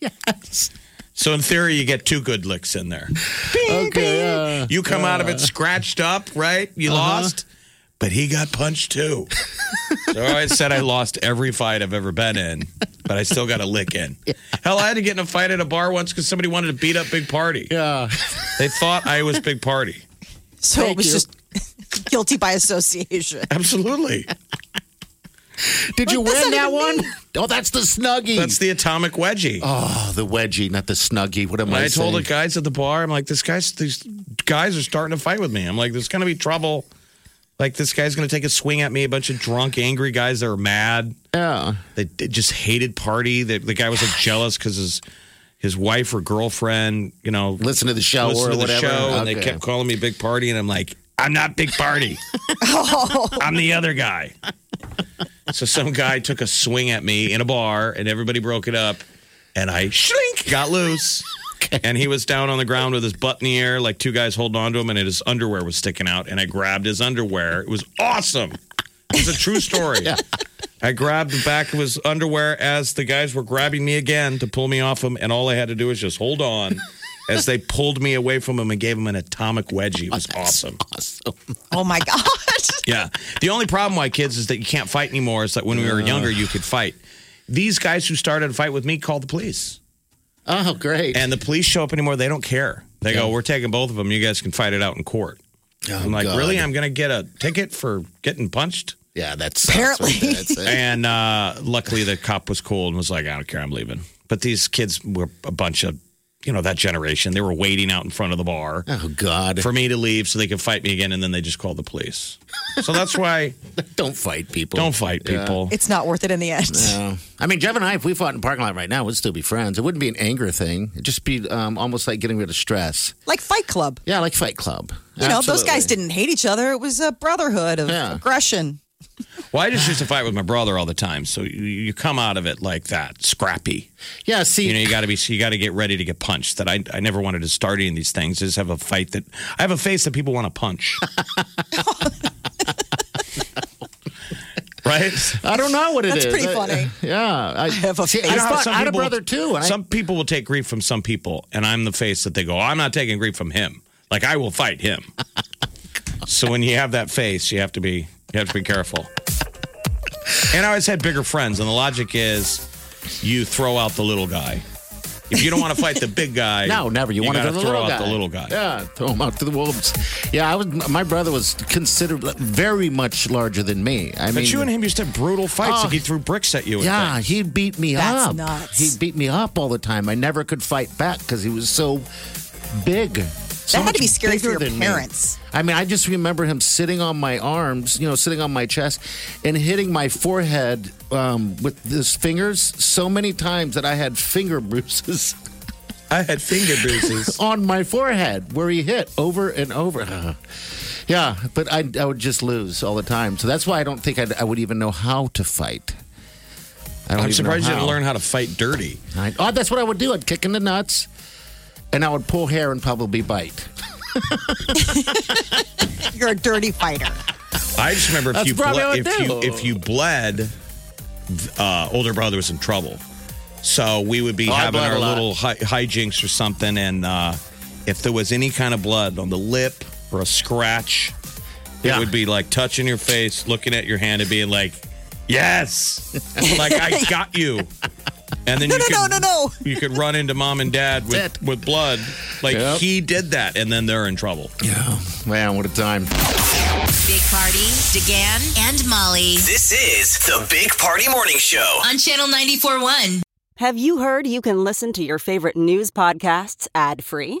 Speaker 4: Yes.
Speaker 5: So in theory, you get two good licks in there.
Speaker 4: Okay. uh, Uh-huh.
Speaker 5: You come out of it scratched up, right? You lost, but he got punched too. so I always said I lost every fight I've ever been in, but I still got a lick in. Hell, I had to get in a fight at a bar once because somebody wanted to beat up Big Party.
Speaker 4: yeah.
Speaker 5: They thought I was Big Party.
Speaker 3: So
Speaker 4: Thank
Speaker 3: it was
Speaker 4: you.
Speaker 3: just guilty by association.
Speaker 5: Absolutely.
Speaker 4: Did you
Speaker 3: What does
Speaker 4: win
Speaker 3: that
Speaker 4: that one?
Speaker 3: even
Speaker 4: Oh, that's the snuggie.
Speaker 5: That's the atomic wedgie.
Speaker 4: oh, the wedgie, not the snuggie. What am
Speaker 5: And
Speaker 4: I,
Speaker 5: I told the
Speaker 4: saying?
Speaker 5: guys at the bar, I'm like, this guy's these guys are starting to fight with me. I'm like, there's gonna be trouble. Like this guy's gonna take a swing at me. A bunch of drunk, angry guys that are mad.
Speaker 4: yeah.
Speaker 5: They, they just hated party. The, the guy was like jealous because his his wife or girlfriend, you know,
Speaker 4: Listen to the show
Speaker 5: listened
Speaker 4: or
Speaker 5: to the
Speaker 4: whatever.
Speaker 5: show, and they
Speaker 4: Okay.
Speaker 5: kept calling me Big Party, and I'm like, I'm not Big Party.
Speaker 4: Oh.
Speaker 5: I'm the other guy. So some guy took a swing at me in a bar, and everybody broke it up, and I shrink got loose. And he was down on the ground with his butt in the air, like two guys holding onto him, and his underwear was sticking out. And I grabbed his underwear. It was awesome. It's a true story. I grabbed the back of his underwear as the guys were grabbing me again to pull me off him, and all I had to do was just hold on as they pulled me away from him and gave him an atomic wedgie. It was awesome.
Speaker 3: Oh my God.
Speaker 5: Yeah. The only problem why kids is that you can't fight anymore is that when we were younger you could fight. These guys who started a fight with me called the police.
Speaker 4: Oh, great.
Speaker 5: And the police show up anymore, they don't care. They go, We're taking both of them, you guys can fight it out in court. I'm like,
Speaker 4: God.
Speaker 5: really? I'm gonna get a ticket for getting punched?
Speaker 4: yeah, that's
Speaker 3: Apparently.
Speaker 4: That's, it.
Speaker 5: And uh, luckily, the cop was cool and was like, "I don't care, I'm leaving." But these kids were a bunch of, you know, that generation. They were waiting out in front of the bar
Speaker 4: oh God.
Speaker 5: for me to leave so they could fight me again, and then they just called the police. So that's why
Speaker 4: don't fight people.
Speaker 5: don't fight people.
Speaker 3: It's not worth it in the end.
Speaker 4: Yeah. I mean, Jeff and I, if we fought in a parking lot right now, we'd still be friends. It wouldn't be an anger thing. It'd just be um, almost like getting rid of stress.
Speaker 3: Like Fight Club.
Speaker 4: Yeah, like Fight Club.
Speaker 3: You know, those guys didn't hate each other. It was a brotherhood of
Speaker 4: Yeah.
Speaker 3: aggression.
Speaker 5: Well, I just used to fight with my brother all the time, so you, you come out of it like that, scrappy.
Speaker 4: Yeah, see,
Speaker 5: You know, you got to be, you got to get ready to get punched. That I, I never wanted to start any of these things. I just have a fight that I have a face that people want to punch. right?
Speaker 4: I don't know what it is.
Speaker 3: That's pretty
Speaker 4: I-
Speaker 3: funny.
Speaker 4: yeah, I,
Speaker 3: have a
Speaker 4: see,
Speaker 3: face.
Speaker 4: I
Speaker 5: You know how
Speaker 4: fought-
Speaker 5: some
Speaker 4: I had a
Speaker 5: people-
Speaker 4: brother too, and I,
Speaker 5: some people will take grief from some people, and I'm the face that they go, I'm not taking grief from him. Like I will fight him. so when you have that face, you have to be you have to be careful. And I always had bigger friends, and the logic is you throw out the little guy. If you don't want to fight the big guy,
Speaker 4: No, never. You, wanted
Speaker 5: gotta
Speaker 4: the
Speaker 5: throw
Speaker 4: little
Speaker 5: out
Speaker 4: guy.
Speaker 5: the little guy.
Speaker 4: Yeah, throw him out to the wolves. Yeah, I was. My brother was considered very much larger than me. I
Speaker 5: But
Speaker 4: mean,
Speaker 5: you and him used to have brutal fights.
Speaker 4: Oh.
Speaker 5: like he threw bricks at you. and
Speaker 4: yeah,
Speaker 5: things.
Speaker 4: he beat me
Speaker 3: That's
Speaker 4: up.
Speaker 3: nuts.
Speaker 4: He beat me up all the time. I never could fight back because he was so big. So
Speaker 3: That had
Speaker 4: much
Speaker 3: to be scary for
Speaker 4: bigger
Speaker 3: your
Speaker 4: than me.
Speaker 3: parents.
Speaker 4: I mean, I just remember him sitting on my arms, you know, sitting on my chest and hitting my forehead um, with his fingers so many times that I had finger bruises
Speaker 5: I had finger bruises.
Speaker 4: on my forehead where he hit over and over. Yeah, but I, I would just lose all the time. So that's why I don't think I'd, I would even know how to fight. I
Speaker 5: I'm
Speaker 4: even know
Speaker 5: surprised you didn't learn how to fight dirty.
Speaker 4: I- oh, that's what I would do. I'd kick in the nuts, and I would pull hair and probably bite.
Speaker 3: You're a dirty fighter.
Speaker 5: I just remember if
Speaker 4: That's
Speaker 5: you
Speaker 4: probably
Speaker 5: ble-
Speaker 4: what
Speaker 5: if
Speaker 4: I
Speaker 5: you
Speaker 4: do.
Speaker 5: if you bled, uh, older brother was in trouble. So we would be
Speaker 4: Oh, I
Speaker 5: having
Speaker 4: bled
Speaker 5: our
Speaker 4: a lot.
Speaker 5: little hi- hijinks or something, and uh, if there was any kind of blood on the lip or a scratch, it
Speaker 4: Yeah.
Speaker 5: would be like touching your face, looking at your hand, and being like, "Yes, like I got you." And then
Speaker 3: No,
Speaker 5: you
Speaker 3: no,
Speaker 5: could,
Speaker 3: no, no, no.
Speaker 5: You could run into mom and dad with,
Speaker 4: That's it.
Speaker 5: with blood. Like
Speaker 4: Yep.
Speaker 5: he did that, and then they're in trouble.
Speaker 4: Yeah, man, what a time.
Speaker 2: Big Party, DeGan, and Molly
Speaker 1: This is the Big Party Morning Show.
Speaker 2: on Channel 94.1.
Speaker 10: Have you heard you can listen to your favorite news podcasts ad free?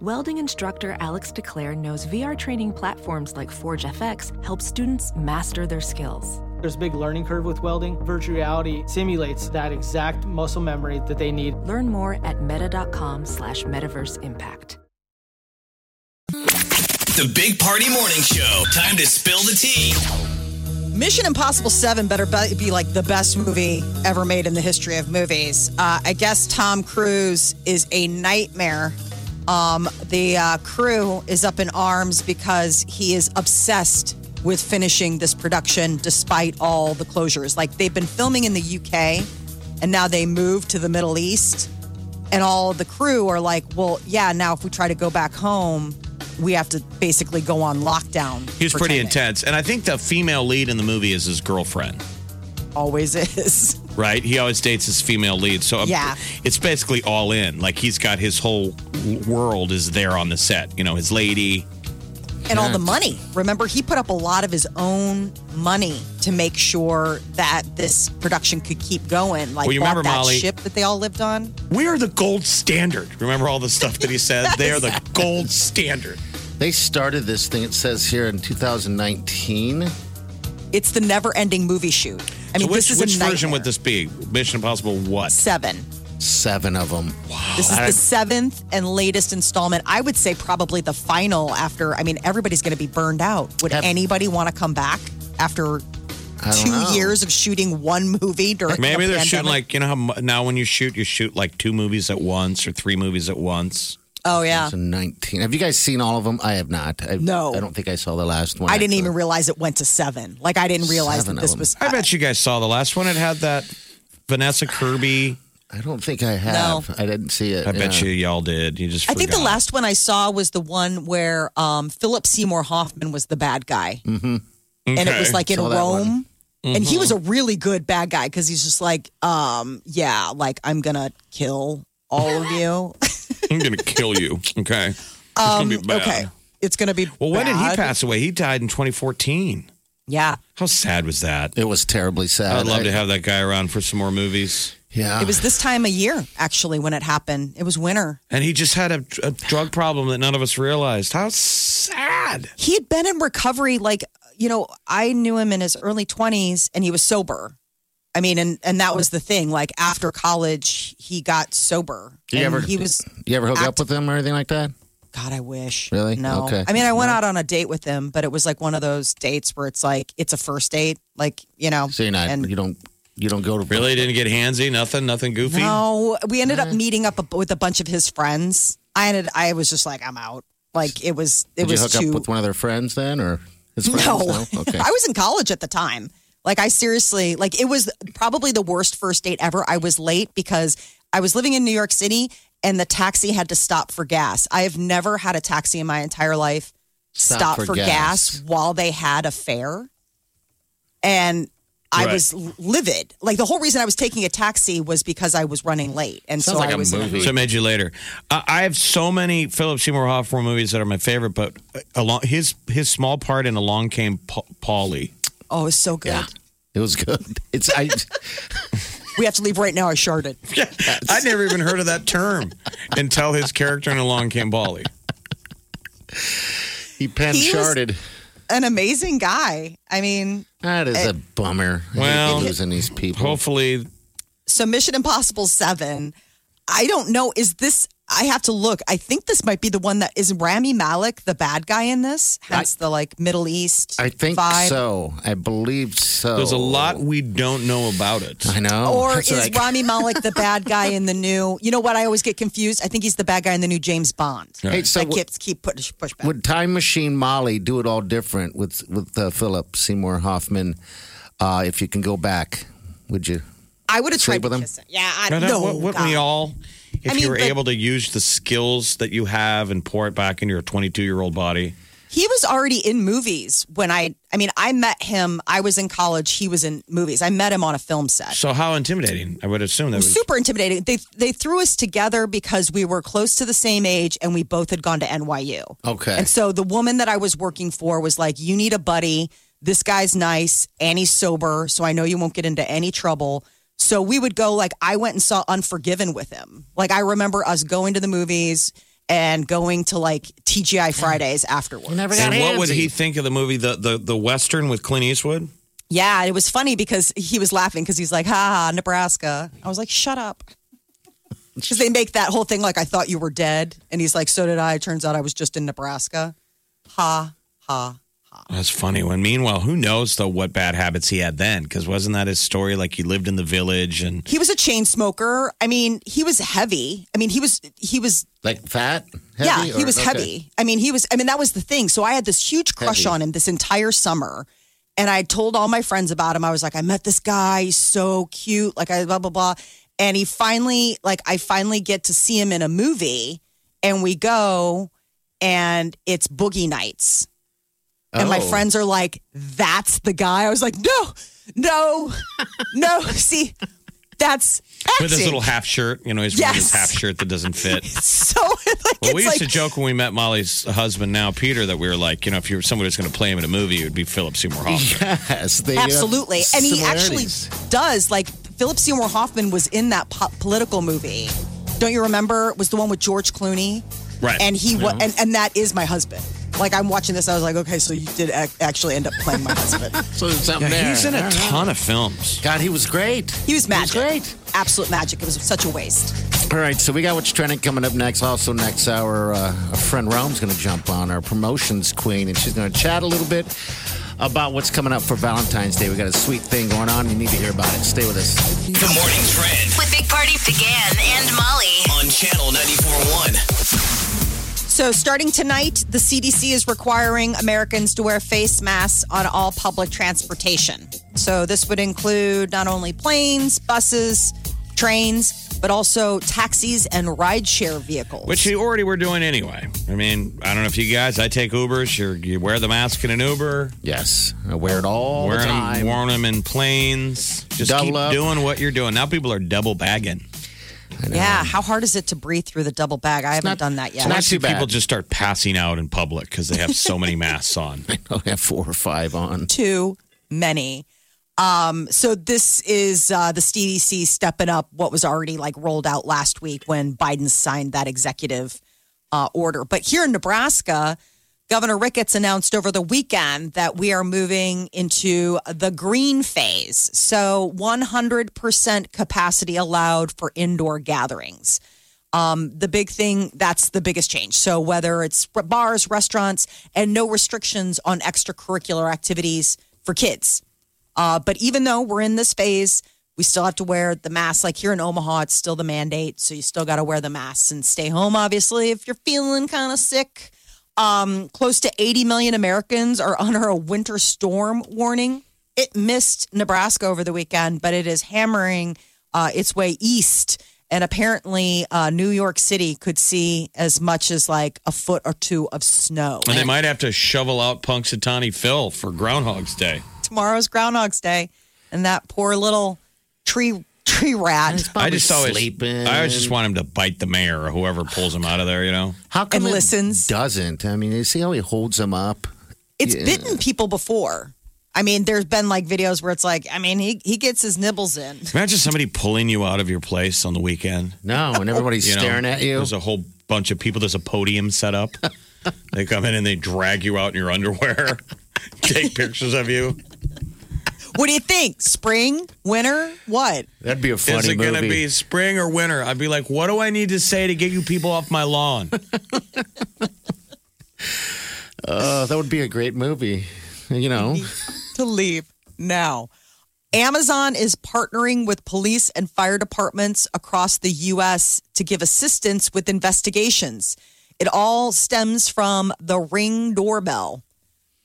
Speaker 11: Welding instructor Alex DeClaire knows VR training platforms like Forge FX help students master their skills.
Speaker 12: There's a big learning curve with welding. Virtual reality simulates that exact muscle memory that they need.
Speaker 11: Learn more at meta.com slash metaverse impact.
Speaker 1: The Big Party Morning Show. Time to spill the tea.
Speaker 3: Mission Impossible 7 better be be like the best movie ever made in the history of movies. Uh, I guess Tom Cruise is a nightmare. Um, the uh, crew is up in arms because he is obsessed with finishing this production despite all the closures. Like they've been filming in the UK and now they moved to the Middle East. And all the crew are like, well, yeah, now if we try to go back home, we have to basically go on lockdown.
Speaker 5: He was
Speaker 3: for
Speaker 5: pretty
Speaker 3: 10 days.
Speaker 5: intense. And I think the female lead in the movie is his girlfriend,
Speaker 3: Always is.
Speaker 5: right? He always dates his female lead. So um,
Speaker 3: Yeah.
Speaker 5: it's basically all in. Like he's got his whole world is there on the set. You know, his lady.
Speaker 3: and all the money. Remember, he put up a lot of his own money to make sure that this production could keep going. Like
Speaker 5: Well, you
Speaker 3: bought
Speaker 5: remember,
Speaker 3: that
Speaker 5: Molly-
Speaker 3: ship that they all lived on.
Speaker 5: We are the gold standard. Remember all the stuff that he said? they are the gold standard.
Speaker 4: They started this thing, it says here, in 2019.
Speaker 3: It's the never-ending movie shoot. I mean,
Speaker 5: so which,
Speaker 3: this is
Speaker 5: which
Speaker 3: a
Speaker 5: version
Speaker 3: nightmare.
Speaker 5: would this be? Mission Impossible what?
Speaker 3: seven.
Speaker 4: Seven of them. Wow.
Speaker 5: Oh,
Speaker 3: This is the seventh and latest installment. I would say probably the final. After I mean, everybody's going to be burned out. Would
Speaker 4: Yep.
Speaker 3: anybody want to come back after two years of shooting one movie during?
Speaker 5: Maybe
Speaker 3: the
Speaker 5: they're
Speaker 3: pandemic?
Speaker 5: shooting like, you know how mu- now when you shoot, you shoot like two movies at once or three movies at once.
Speaker 3: Oh yeah.
Speaker 4: 19. Have you guys seen all of them? I have not. I,
Speaker 3: No.
Speaker 4: I don't think I saw the last one.
Speaker 3: I didn't
Speaker 4: actually.
Speaker 3: even realize it went to seven. Like I didn't realize
Speaker 4: Seven
Speaker 3: that
Speaker 4: of them.
Speaker 3: this was.
Speaker 5: I bet you guys saw the last one. It had that Vanessa Kirby.
Speaker 4: I don't think I have. I didn't see it.
Speaker 5: I bet
Speaker 4: yeah.
Speaker 5: you y'all did. You just
Speaker 3: I think the
Speaker 5: forgot.
Speaker 3: last one I saw was the one where um, Philip Seymour Hoffman was the bad guy, and it was
Speaker 5: Okay. Mm-hmm.
Speaker 3: like in
Speaker 4: Saw that
Speaker 3: Rome, and he was a really good bad guy because he's just like, um, yeah, like I'm gonna kill all of you.
Speaker 5: I'm gonna kill you. Okay. it's gonna be bad.
Speaker 3: Um, okay, it's gonna be.
Speaker 5: Well, when did he
Speaker 3: bad.
Speaker 5: pass away? He died in 2014.
Speaker 3: Yeah,
Speaker 5: How sad was that?
Speaker 4: It was terribly
Speaker 3: Oh,
Speaker 4: sad.
Speaker 5: I'd love to have that guy around for some more movies.
Speaker 4: Yeah.
Speaker 3: it was this time of year actually when it happened. It was winter.
Speaker 5: And he just had a, a drug problem that none of us realized. How sad.
Speaker 3: he had been in recovery like you know i knew him in his early 20s and he was sober i mean and and that was the thing like after college he got sober
Speaker 4: You
Speaker 3: and
Speaker 4: ever-
Speaker 3: he was
Speaker 4: you ever hook
Speaker 3: act-
Speaker 4: up with them or anything like that?
Speaker 3: god i wish
Speaker 4: Really?
Speaker 3: no
Speaker 4: Okay.
Speaker 3: i mean i went out on a date with him but it was like one of those dates where it's like it's a first date like you know
Speaker 4: So you're not.
Speaker 3: and
Speaker 4: you don't. You don't go to
Speaker 5: Really didn't get handsy, nothing, nothing goofy.
Speaker 3: no we ended up meeting up a- with a bunch of his friends i ended i was just like i'm out like it was it
Speaker 4: Did you
Speaker 3: was
Speaker 4: hook
Speaker 3: too
Speaker 4: up with one of their friends then, or his friends?
Speaker 3: No.
Speaker 4: Okay.
Speaker 3: I was in college at the time. Like I seriously, like it was probably the worst first date ever. I was late because I was living in New York City and the taxi had to stop for gas. I have never had a taxi in my entire life stop, for, gas. while they had a fare. And I
Speaker 5: Right.
Speaker 3: was livid. Like the whole reason I was taking a taxi was because I was running late. And
Speaker 4: Sounds
Speaker 3: so
Speaker 4: like
Speaker 3: I
Speaker 4: a
Speaker 3: was in
Speaker 4: movie.
Speaker 5: So it made you later. Uh, I have so many Philip Seymour Hoffman movies that are my favorite, but along his his small part in Along Came Pa- Polly.
Speaker 3: Oh, it was so good.
Speaker 4: It was good. It's I.
Speaker 3: We have to leave right now. I sharded.
Speaker 5: I'd never even heard of that term until his character in Along Came Bali.
Speaker 4: He pan
Speaker 3: He was-
Speaker 4: sharded.
Speaker 3: An amazing guy. I mean,
Speaker 4: That is a
Speaker 3: it-
Speaker 4: bummer. I hate
Speaker 5: Well,
Speaker 4: losing these people.
Speaker 5: Hopefully,
Speaker 3: so Mission Impossible 7. I don't know. Is this, I have to look. I think this might be the one that is Rami Malik, the bad guy in this, hence the like Middle East.
Speaker 4: I think
Speaker 3: vibe.
Speaker 4: so. I believe so.
Speaker 3: Oh.
Speaker 5: There's a lot we don't know about it.
Speaker 4: I know.
Speaker 3: Or
Speaker 4: Oh, That's
Speaker 3: is
Speaker 4: what I-
Speaker 3: Rami Malik the bad guy in the new? You know what? I always get confused. I think he's the bad guy in the new James Bond.
Speaker 4: Right. Hey, so
Speaker 3: I
Speaker 4: what-
Speaker 3: keep, keep push, push back.
Speaker 4: Would Time Machine Molly do it all different with with uh, Philip Seymour Hoffman? Uh, if you can go back, would you?
Speaker 3: I would have
Speaker 4: Sleep
Speaker 3: tried
Speaker 4: with him?
Speaker 3: Kiss him. Yeah, I
Speaker 5: No, no,
Speaker 3: don't know.
Speaker 5: wou- uh, wouldn't we all? If
Speaker 3: I mean,
Speaker 5: you were
Speaker 3: but-
Speaker 5: able to use the skills that you have and pour it back into your 22 year old body,
Speaker 3: He was already in movies when I. I mean, I met him. I was in college. He was in movies. I met him on a film set.
Speaker 5: so how intimidating? I would assume that was.
Speaker 3: Super intimidating. They they threw us together because we were close to the same age and we both had gone to NYU.
Speaker 4: Okay.
Speaker 3: And so the woman that I was working for was like, You need a buddy. This guy's nice and he's sober. So I know you won't get into any trouble. So we would go, like, I went and saw Unforgiven with him. Like, I remember us going to the movies and going to like TGI Fridays afterwards.
Speaker 5: and what would he think of the movie, the, the, the Western with Clint Eastwood?
Speaker 3: Yeah, it was funny because he was laughing because he's like, ha ha, Nebraska. I was like, shut up. Because they make that whole thing like, I thought you were dead. And he's like, so did I. Turns out I was just in Nebraska. Ha ha.
Speaker 5: That's funny. When meanwhile, who knows though what bad habits he had then? Because wasn't that his story? Like he lived in the village and
Speaker 3: He was a chain smoker. I mean, he was heavy. I mean, he was, he was,
Speaker 4: Like fat?
Speaker 3: yeah,
Speaker 4: Heavy
Speaker 3: he
Speaker 4: or-
Speaker 3: was
Speaker 4: okay.
Speaker 3: heavy. I mean, he was, I mean, that was the thing. So I had this huge crush
Speaker 4: Heavy.
Speaker 3: on him this entire summer. And I told all my friends about him. I was like, I met this guy. He's so cute. Like, I blah, blah, blah. And he finally, like, I finally get to see him in a movie. And we go, and it's Boogie Nights. And my
Speaker 13: Oh.
Speaker 3: friends are like, that's the guy. I was like, no, no, no. See, that's acting.
Speaker 5: with his little half shirt. You know, he's wearing his
Speaker 3: Yes.
Speaker 5: half shirt that doesn't fit.
Speaker 3: so, like,
Speaker 5: Well,
Speaker 3: it's
Speaker 5: we used
Speaker 3: like,
Speaker 5: to joke when we met Molly's husband, now Peter, that we were like, you know, if you're somebody was going to play him in a movie, it would be Philip Seymour Hoffman.
Speaker 4: Yes, they have
Speaker 3: Absolutely. And he actually
Speaker 4: similarities.
Speaker 3: does. Like, Philip Seymour Hoffman was in that po- political movie. Don't you remember? It was the one with George Clooney.
Speaker 5: Right.
Speaker 3: And he was,
Speaker 5: Yeah.
Speaker 3: and, and that is my husband. Like, I'm watching this. I was like, okay, so you did ac- actually end up playing my husband.
Speaker 4: So there's something
Speaker 5: Yeah,
Speaker 4: there.
Speaker 5: he's in a ton of films.
Speaker 4: God, he was great.
Speaker 3: He was magic. great. Absolute magic. It was such a waste.
Speaker 4: All right, so we got what's trending coming up next. Also, next hour, uh, our friend Rome's going to jump on, our promotions queen, and she's going to chat a little bit about what's coming up for Valentine's Day. We got a sweet thing going on. You need to hear about it. Stay with us.
Speaker 1: The morning trend
Speaker 2: With Big Party began and Molly.
Speaker 1: on channel 941.
Speaker 3: So, starting tonight, the CDC is requiring Americans to wear face masks on all public transportation. So, this would include not only planes, buses, trains, but also taxis and rideshare vehicles.
Speaker 5: Which you already were doing anyway. I mean, I don't know if you guys, I take Ubers. You're, you wear the mask in an Uber.
Speaker 4: Yes, I wear it all
Speaker 5: wearing
Speaker 4: the
Speaker 5: Them,
Speaker 4: time.
Speaker 5: wearing them in planes. Just
Speaker 4: Double
Speaker 5: keep
Speaker 4: up.
Speaker 5: doing what you're doing. Now people are double bagging.
Speaker 3: Yeah, how hard is it to breathe through the double bag? I haven't done that yet.
Speaker 5: I see People just start passing out in public because they have so many masks on.
Speaker 4: I know, I have four or five on.
Speaker 3: too many. Um, so this is uh, the CDC stepping up what was already like rolled out last week when Biden signed that executive uh, order. But here in Nebraska, Governor Ricketts announced over the weekend that we are moving into the green phase. So 100% capacity allowed for indoor gatherings. Um, the big thing that's the biggest change. So whether it's bars, restaurants, and no restrictions on extracurricular activities for kids. Uh, but even though we're in this phase, we still have to wear the mask. Like here in Omaha, it's still the mandate, so you still got to wear the mask and stay home. Obviously, if you're feeling kind of sick. Um, close to 80 million Americans are under a winter storm warning. It missed Nebraska over the weekend, but it is hammering uh, its way east. And apparently, uh, New York City could see as much as like a foot or two of snow.
Speaker 5: And they might have to shovel out Punxsutawney Phil for Groundhog's Day.
Speaker 3: Tomorrow's Groundhog's Day, and that poor little tree tree rat.
Speaker 5: I just always, I always just want him to bite the mayor or whoever pulls him out of there. You know,
Speaker 4: How come
Speaker 3: And
Speaker 4: it
Speaker 3: listens.
Speaker 4: doesn't? I mean, you see how he holds them up?
Speaker 3: It's
Speaker 4: Yeah.
Speaker 3: bitten people before. I mean, there's been like videos where it's like, I mean, he, he gets his nibbles in.
Speaker 5: Imagine somebody pulling you out of your place on the weekend.
Speaker 4: No, and everybody's staring at you.
Speaker 5: There's a whole bunch of people. There's a podium set up. they come in and they drag you out in your underwear, take pictures of you.
Speaker 3: What do you think? Spring? Winter? What?
Speaker 4: That'd be a
Speaker 5: Is it going to be spring or winter? I'd be like, what do I need to say to get you people off my lawn?
Speaker 4: Uh, that would be a great movie. You know,
Speaker 3: to leave now. Amazon is partnering with police and fire departments across the U.S. to give assistance with investigations. It all stems from the Ring doorbell.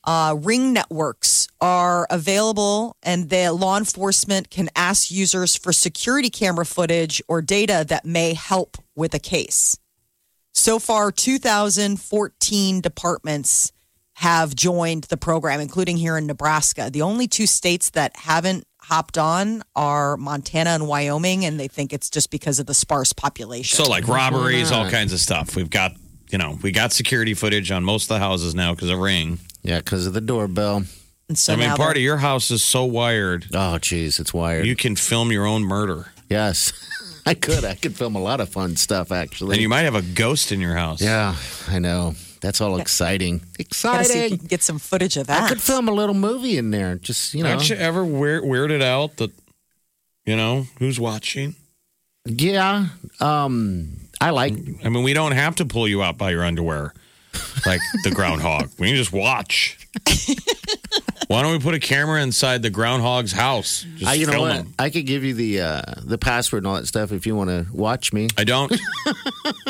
Speaker 3: Uh, ring networks are available, and the law enforcement can ask users for security camera footage or data that may help with a case. So far, 2,014 departments have joined the program, including here in Nebraska. The only two states that haven't hopped on are Montana and Wyoming, and they think it's just because of the sparse population.
Speaker 5: So like robberies, all kinds of stuff. We've got you know we got security footage on most of the houses now because of Ring.
Speaker 4: Yeah, because of the doorbell.
Speaker 3: And so
Speaker 5: I mean,
Speaker 3: now
Speaker 5: part of your house is so wired.
Speaker 4: Oh, jeez, it's wired.
Speaker 5: You can film your own murder.
Speaker 4: Yes, I could. I could film a lot of fun stuff actually.
Speaker 5: And you might have a ghost in your house.
Speaker 4: Yeah, I know. That's all exciting.
Speaker 3: Gotta see if
Speaker 4: Exciting.
Speaker 3: you can get some footage of that.
Speaker 4: I could film a little movie in there. Just you know.
Speaker 5: Aren't you ever weir- weirded out that you know who's watching?
Speaker 4: Yeah. Um. I like.
Speaker 5: I mean, we don't have to pull you out by your underwear like the groundhog. We can just watch. Why don't we put a camera inside the groundhog's house? Just
Speaker 4: I, you know
Speaker 5: film
Speaker 4: what?
Speaker 5: him.
Speaker 4: I could give you the uh, the password and all that stuff if you want to watch me.
Speaker 5: I don't.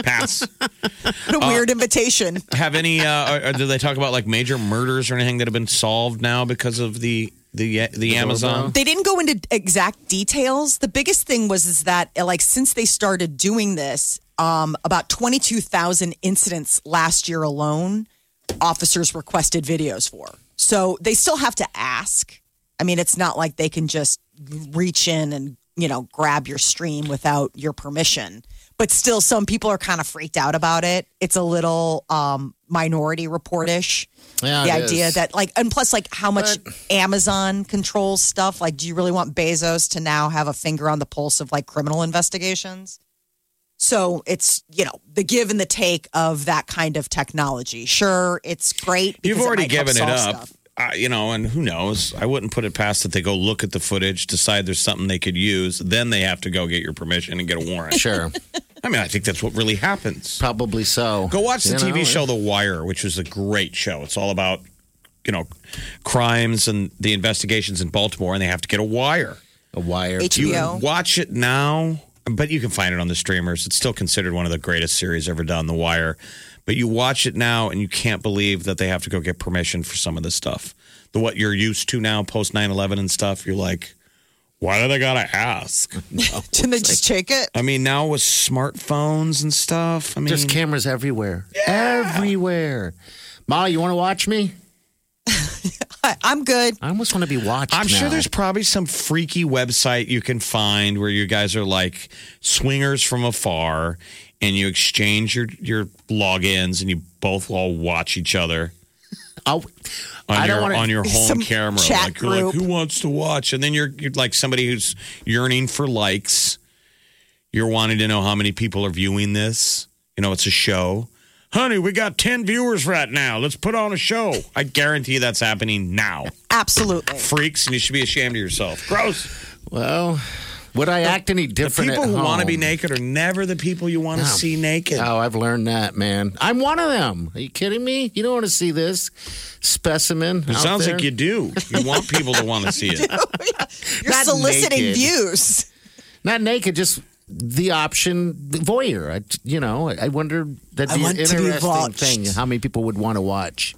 Speaker 5: Pass.
Speaker 3: What
Speaker 5: Uh,
Speaker 3: a weird invitation.
Speaker 5: have any uh or, or do they talk about like major murders or anything that have been solved now because of the the the, amazon
Speaker 3: They didn't go into exact details. The biggest thing was is that uh, like since they started doing this, um, about twenty two thousand incidents last year alone, officers requested videos for. So they still have to ask. I mean, it's not like they can just reach in and you know grab your stream without your permission. But still, some people are kind of freaked out about it. It's a little um, minority reportish
Speaker 4: Yeah,
Speaker 3: the
Speaker 4: it
Speaker 3: idea
Speaker 4: is.
Speaker 3: that like and plus like how much Amazon controls stuff. Like, do you really want Bezos to now have a finger on the pulse of like criminal investigations? So it's you know the give and the take of that kind of technology. Sure, it's great. Because
Speaker 5: you've already
Speaker 3: it might help
Speaker 5: given it
Speaker 3: solve
Speaker 5: up
Speaker 3: stuff.
Speaker 5: I, you know and who knows i wouldn't put it past that they go look at the footage decide there's something they could use then they have to go get your permission and get a warrant
Speaker 4: Sure.
Speaker 5: i mean i think that's what really happens
Speaker 4: Probably so.
Speaker 5: go watch the
Speaker 4: You
Speaker 5: tv
Speaker 4: know,
Speaker 5: show the wire which was a great show it's all about you know crimes and the investigations in baltimore and they have to get a wire
Speaker 4: a wire
Speaker 3: HBO.
Speaker 5: You watch it now, but you can find it on the streamers. It's still considered one of the greatest series ever done, The Wire. But you watch it now and you can't believe that they have to go get permission for some of this stuff. The what you're used to now post 9/11 and stuff, you're like, why do they got to ask?
Speaker 3: Can they just take it?
Speaker 5: I mean, now with smartphones and stuff, I mean,
Speaker 4: There's cameras everywhere. Everywhere. Ma, you want to watch me?
Speaker 3: I, I'm good.
Speaker 4: I almost want to be watched.
Speaker 5: I'm sure
Speaker 4: now.
Speaker 5: there's probably some freaky website you can find where you guys are like swingers from afar and you exchange your, your logins and you both all watch each other
Speaker 4: I'll,
Speaker 5: on
Speaker 4: I
Speaker 5: your
Speaker 4: don't wanna-
Speaker 5: on your home
Speaker 3: Some
Speaker 5: camera.
Speaker 3: chat
Speaker 5: like you're like,
Speaker 3: group.
Speaker 5: who wants to watch? And then you're you're like somebody who's yearning for likes. You're wanting to know how many people are viewing this. You know, it's a show. Honey, we got 10 viewers right now. Let's put on a show. I guarantee that's happening now.
Speaker 3: Absolutely.
Speaker 5: Freaks, and you should be ashamed of yourself. Gross.
Speaker 4: Well, would I act any
Speaker 5: The
Speaker 4: different?
Speaker 5: people
Speaker 4: at
Speaker 5: who want to
Speaker 4: home?
Speaker 5: be naked are never the people you want to
Speaker 4: No.
Speaker 5: see naked.
Speaker 4: Oh, I've learned that, man. I'm one of them. Are you kidding me? You don't want to see this specimen.
Speaker 5: It sounds like you do. You want people to want to see it.
Speaker 3: You're
Speaker 4: Not
Speaker 3: soliciting
Speaker 4: naked.
Speaker 3: views.
Speaker 4: not naked, just the option the voyeur. I, you know, I wonder that'd
Speaker 3: I
Speaker 4: be
Speaker 3: want
Speaker 4: an
Speaker 3: to be
Speaker 4: interesting
Speaker 3: watched.
Speaker 4: thing. How many people would want to watch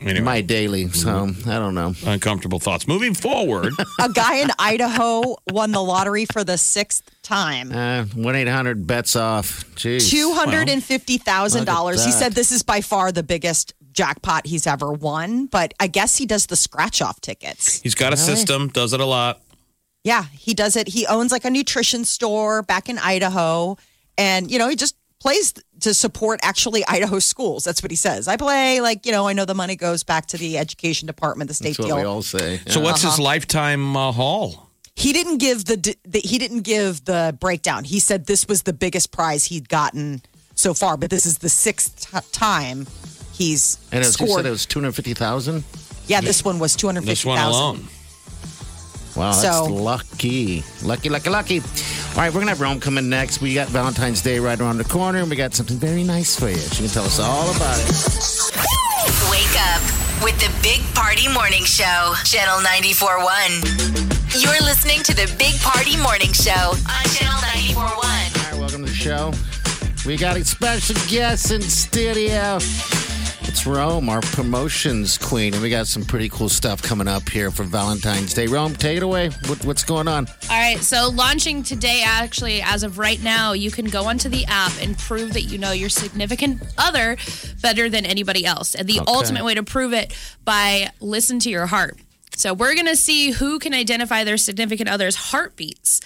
Speaker 5: Anyway, Mm-hmm.
Speaker 4: my daily? So I don't know.
Speaker 5: uncomfortable thoughts. Moving forward,
Speaker 3: A guy in Idaho won the lottery for the sixth time.
Speaker 4: Uh, One eight hundred bets off. Jeez.
Speaker 3: Two hundred and fifty thousand dollars. He
Speaker 4: that.
Speaker 3: said this is by far the biggest jackpot he's ever won, but I guess he does the scratch off tickets.
Speaker 5: he's got a system, does it a lot.
Speaker 3: Yeah, he does it. He owns like a nutrition store back in Idaho, and you know he just plays to support actually Idaho schools. That's what he says. I play like, you know, I know the money goes back to the education department, the state
Speaker 5: That's what
Speaker 3: deal.
Speaker 5: we all
Speaker 4: say.
Speaker 5: So what's his
Speaker 3: Uh-huh.
Speaker 5: lifetime uh, haul?
Speaker 3: He didn't give the, d- the he didn't give the breakdown. He said this was the biggest prize he'd gotten so far, but this is the sixth t- time he's
Speaker 4: And as you
Speaker 3: scored.
Speaker 4: said, it was 250000
Speaker 3: yeah, this one was two hundred fifty thousand.
Speaker 4: Wow, that's
Speaker 3: So-
Speaker 4: lucky. Lucky, lucky, lucky. All right, we're going to have Rome coming next. We got Valentine's Day right around the corner, and we got something very nice for you. She can tell us all about it.
Speaker 2: Wake up with the Big Party Morning Show, Channel 941. You're listening to the Big Party Morning Show on Channel 941.
Speaker 4: All right, welcome to the show. We got a special guest in studio. It's Rome, our promotions queen, and we got some pretty cool stuff coming up here for Valentine's Day. Rome, take it away. What, what's going on?
Speaker 13: All right, so launching today, actually, as of right now, you can go onto the app and prove that you know your significant other better than anybody else. And the
Speaker 14: Okay.
Speaker 13: ultimate way to prove it by listen to your heart. So we're gonna see who can identify their significant other's heartbeats.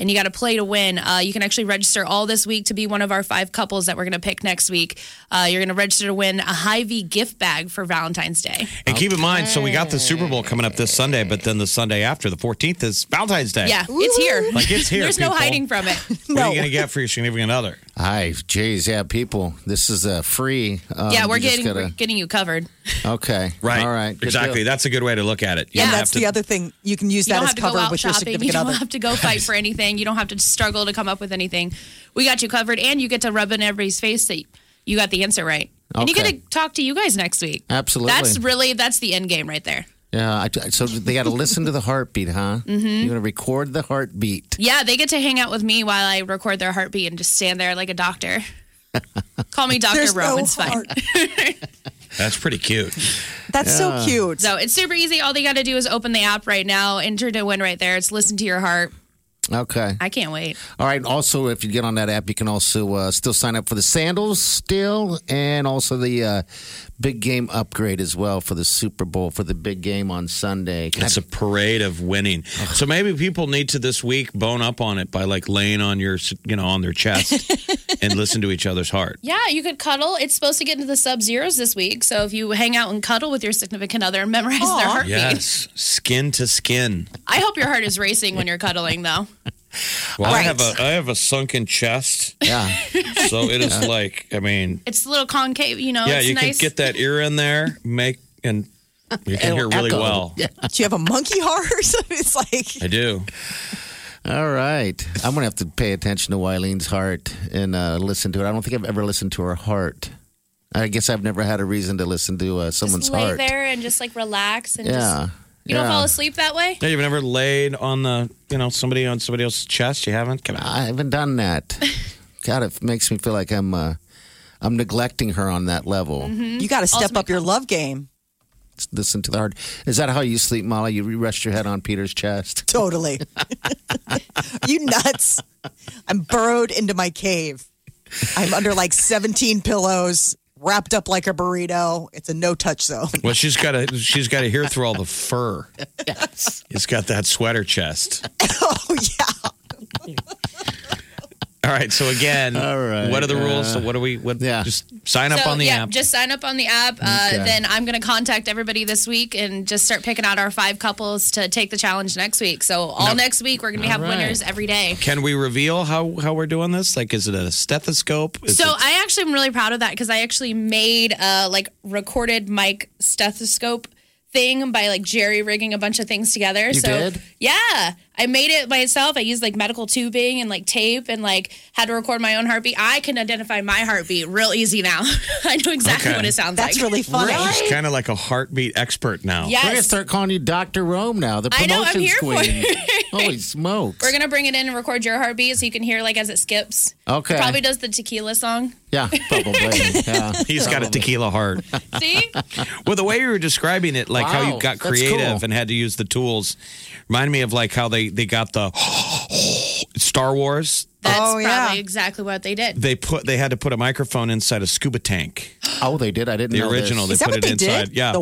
Speaker 13: And you got to play to win. Uh, you can actually register all this week to be one of our five couples that we're going to pick next week. Uh, you're going to register to win a Hy-Vee gift bag for Valentine's Day.
Speaker 5: And keep in mind, so we got the Super Bowl coming up this Sunday, but then the Sunday after, the 14th, is Valentine's Day.
Speaker 13: Yeah, it's here.
Speaker 5: Like, it's here,
Speaker 13: There's no
Speaker 5: people.
Speaker 13: hiding from it.
Speaker 5: What are you going to get for your significant other?
Speaker 4: Hi, geez, yeah, people, this is uh, free. Um,
Speaker 13: yeah, we're
Speaker 4: you just
Speaker 13: getting
Speaker 4: gotta-
Speaker 13: we're getting you covered.
Speaker 4: Okay.
Speaker 5: Right.
Speaker 4: All right. Good
Speaker 5: Exactly.
Speaker 4: deal.
Speaker 5: That's a good way to look at it. You
Speaker 3: And
Speaker 5: don't
Speaker 3: that's
Speaker 5: have to-
Speaker 3: the other thing. You can use
Speaker 13: You
Speaker 3: that
Speaker 13: don't
Speaker 3: as
Speaker 13: have to go
Speaker 3: cover
Speaker 13: out
Speaker 3: with your
Speaker 13: shopping. You
Speaker 3: significant
Speaker 13: don't
Speaker 3: other.
Speaker 13: have to go fight for anything. You don't have to struggle to come up with anything. We got you covered, and you get to rub in everybody's face that you got the answer right, and you get
Speaker 4: Okay.
Speaker 13: to talk to you guys next week.
Speaker 4: Absolutely.
Speaker 13: That's really that's the end game right there.
Speaker 4: Yeah, I, so they got to listen to the heartbeat, huh?
Speaker 13: Mhm.
Speaker 4: You're going to record the heartbeat.
Speaker 13: Yeah, they get to hang out with me while I record their heartbeat and just stand there like a doctor. Call me Doctor
Speaker 3: There's
Speaker 13: Rome.
Speaker 3: no
Speaker 13: it's fine.
Speaker 5: That's pretty cute. Yeah.
Speaker 13: So it's super easy. All they got to do is open the app right now, enter to win right there. It's listen to your heart.
Speaker 4: Okay.
Speaker 13: I can't wait.
Speaker 4: All right. Also, if you get on that app, you can also uh, still sign up for the sandals still, and also the uh, big game upgrade as well for the Super Bowl for the big game on Sunday.
Speaker 5: It's a parade of winning. So maybe people need to this week bone up on it by like laying on your, you know, on their chest and listen to each other's heart.
Speaker 13: Yeah, you could cuddle. It's supposed to get into the sub zeros this week. So if you hang out and cuddle with your significant other and memorize their heartbeat,
Speaker 5: Yes, skin to skin.
Speaker 13: I hope your heart is racing when you're cuddling, though.
Speaker 5: Well, I
Speaker 13: Right.
Speaker 5: have a I have a sunken chest.
Speaker 4: Yeah.
Speaker 5: So it is
Speaker 13: Yeah.
Speaker 5: like I mean,
Speaker 13: It's a little concave, you know.
Speaker 5: yeah,
Speaker 13: it's
Speaker 5: you
Speaker 13: nice.
Speaker 5: can get that ear in there, make and you can hear
Speaker 3: It'll
Speaker 5: really
Speaker 3: echo.
Speaker 5: well.
Speaker 3: Do you have a monkey heart? it's like
Speaker 5: I do.
Speaker 4: All right. I'm going to have to pay attention to Wileen's heart and uh, listen to it. I don't think I've ever listened to her heart. I guess I've never had a reason to listen to uh, someone's
Speaker 13: Just lay
Speaker 4: heart.
Speaker 13: there and just like relax and just,
Speaker 4: Yeah.
Speaker 13: you don't fall asleep that way.
Speaker 5: Yeah, you've never laid on the you know somebody on somebody else's chest. You haven't. Come on.
Speaker 4: I haven't done that. God, it makes me feel like I'm uh, I'm neglecting her on that level.
Speaker 13: Mm-hmm.
Speaker 3: You got to step up your love game.
Speaker 4: Just Listen to the heart. Is that how you sleep, Molly? You rest your head on Peter's chest.
Speaker 3: Totally. you nuts. I'm burrowed into my cave. I'm under like 17 pillows, wrapped up like a burrito. It's a no touch zone.
Speaker 5: Well, she's got to she's got to hear through all the fur.
Speaker 4: Yes.
Speaker 5: It's got that sweater chest.
Speaker 3: oh, yeah.
Speaker 5: All right. So again,
Speaker 4: right,
Speaker 5: what are the
Speaker 4: uh,
Speaker 5: rules? So what do we? What? Yeah. Just sign up
Speaker 13: so,
Speaker 5: on the
Speaker 13: yeah,
Speaker 5: app.
Speaker 13: just sign up on the app.
Speaker 5: Okay.
Speaker 13: Uh, then I'm going to contact everybody this week and just start picking out our five couples to take the challenge next week. So all
Speaker 5: No.
Speaker 13: next week we're going to have
Speaker 5: All right.
Speaker 13: winners every day.
Speaker 5: Can we reveal how how we're doing this? Like, is it a stethoscope? Is
Speaker 13: so
Speaker 5: it-
Speaker 13: I actually am really proud of that because I actually made a like recorded mic stethoscope thing by like jerry rigging a bunch of things together.
Speaker 15: You
Speaker 13: so
Speaker 15: did?
Speaker 13: yeah, I made it myself. I used like medical tubing and like tape and like had to record my own heartbeat. I can identify my heartbeat real easy now. I know exactly
Speaker 5: Okay.
Speaker 13: what it sounds like.
Speaker 5: She's kind of like a heartbeat expert now.
Speaker 13: Yes.
Speaker 4: We're gonna start calling you Doctor Rome now, the
Speaker 13: I know, I'm
Speaker 4: promotions
Speaker 13: here for
Speaker 4: queen.
Speaker 13: it.
Speaker 4: Holy smokes!
Speaker 13: We're gonna bring it in and record your heartbeat so you can hear like as it skips.
Speaker 4: Okay.
Speaker 13: It probably does the tequila song.
Speaker 4: yeah, probably. Yeah,
Speaker 5: He's got a tequila heart.
Speaker 13: See?
Speaker 5: Well, the way you were describing it, like how you
Speaker 4: Wow,
Speaker 5: got
Speaker 4: that's
Speaker 5: creative
Speaker 4: cool.
Speaker 5: and had to use the tools, reminded me of like how they they got the Star Wars.
Speaker 13: That's probably exactly what they did.
Speaker 5: They put they had to put a microphone inside a scuba tank.
Speaker 4: Oh, they did. I didn't.
Speaker 5: The
Speaker 4: know
Speaker 5: original,
Speaker 4: This.
Speaker 5: they put it inside. Yeah.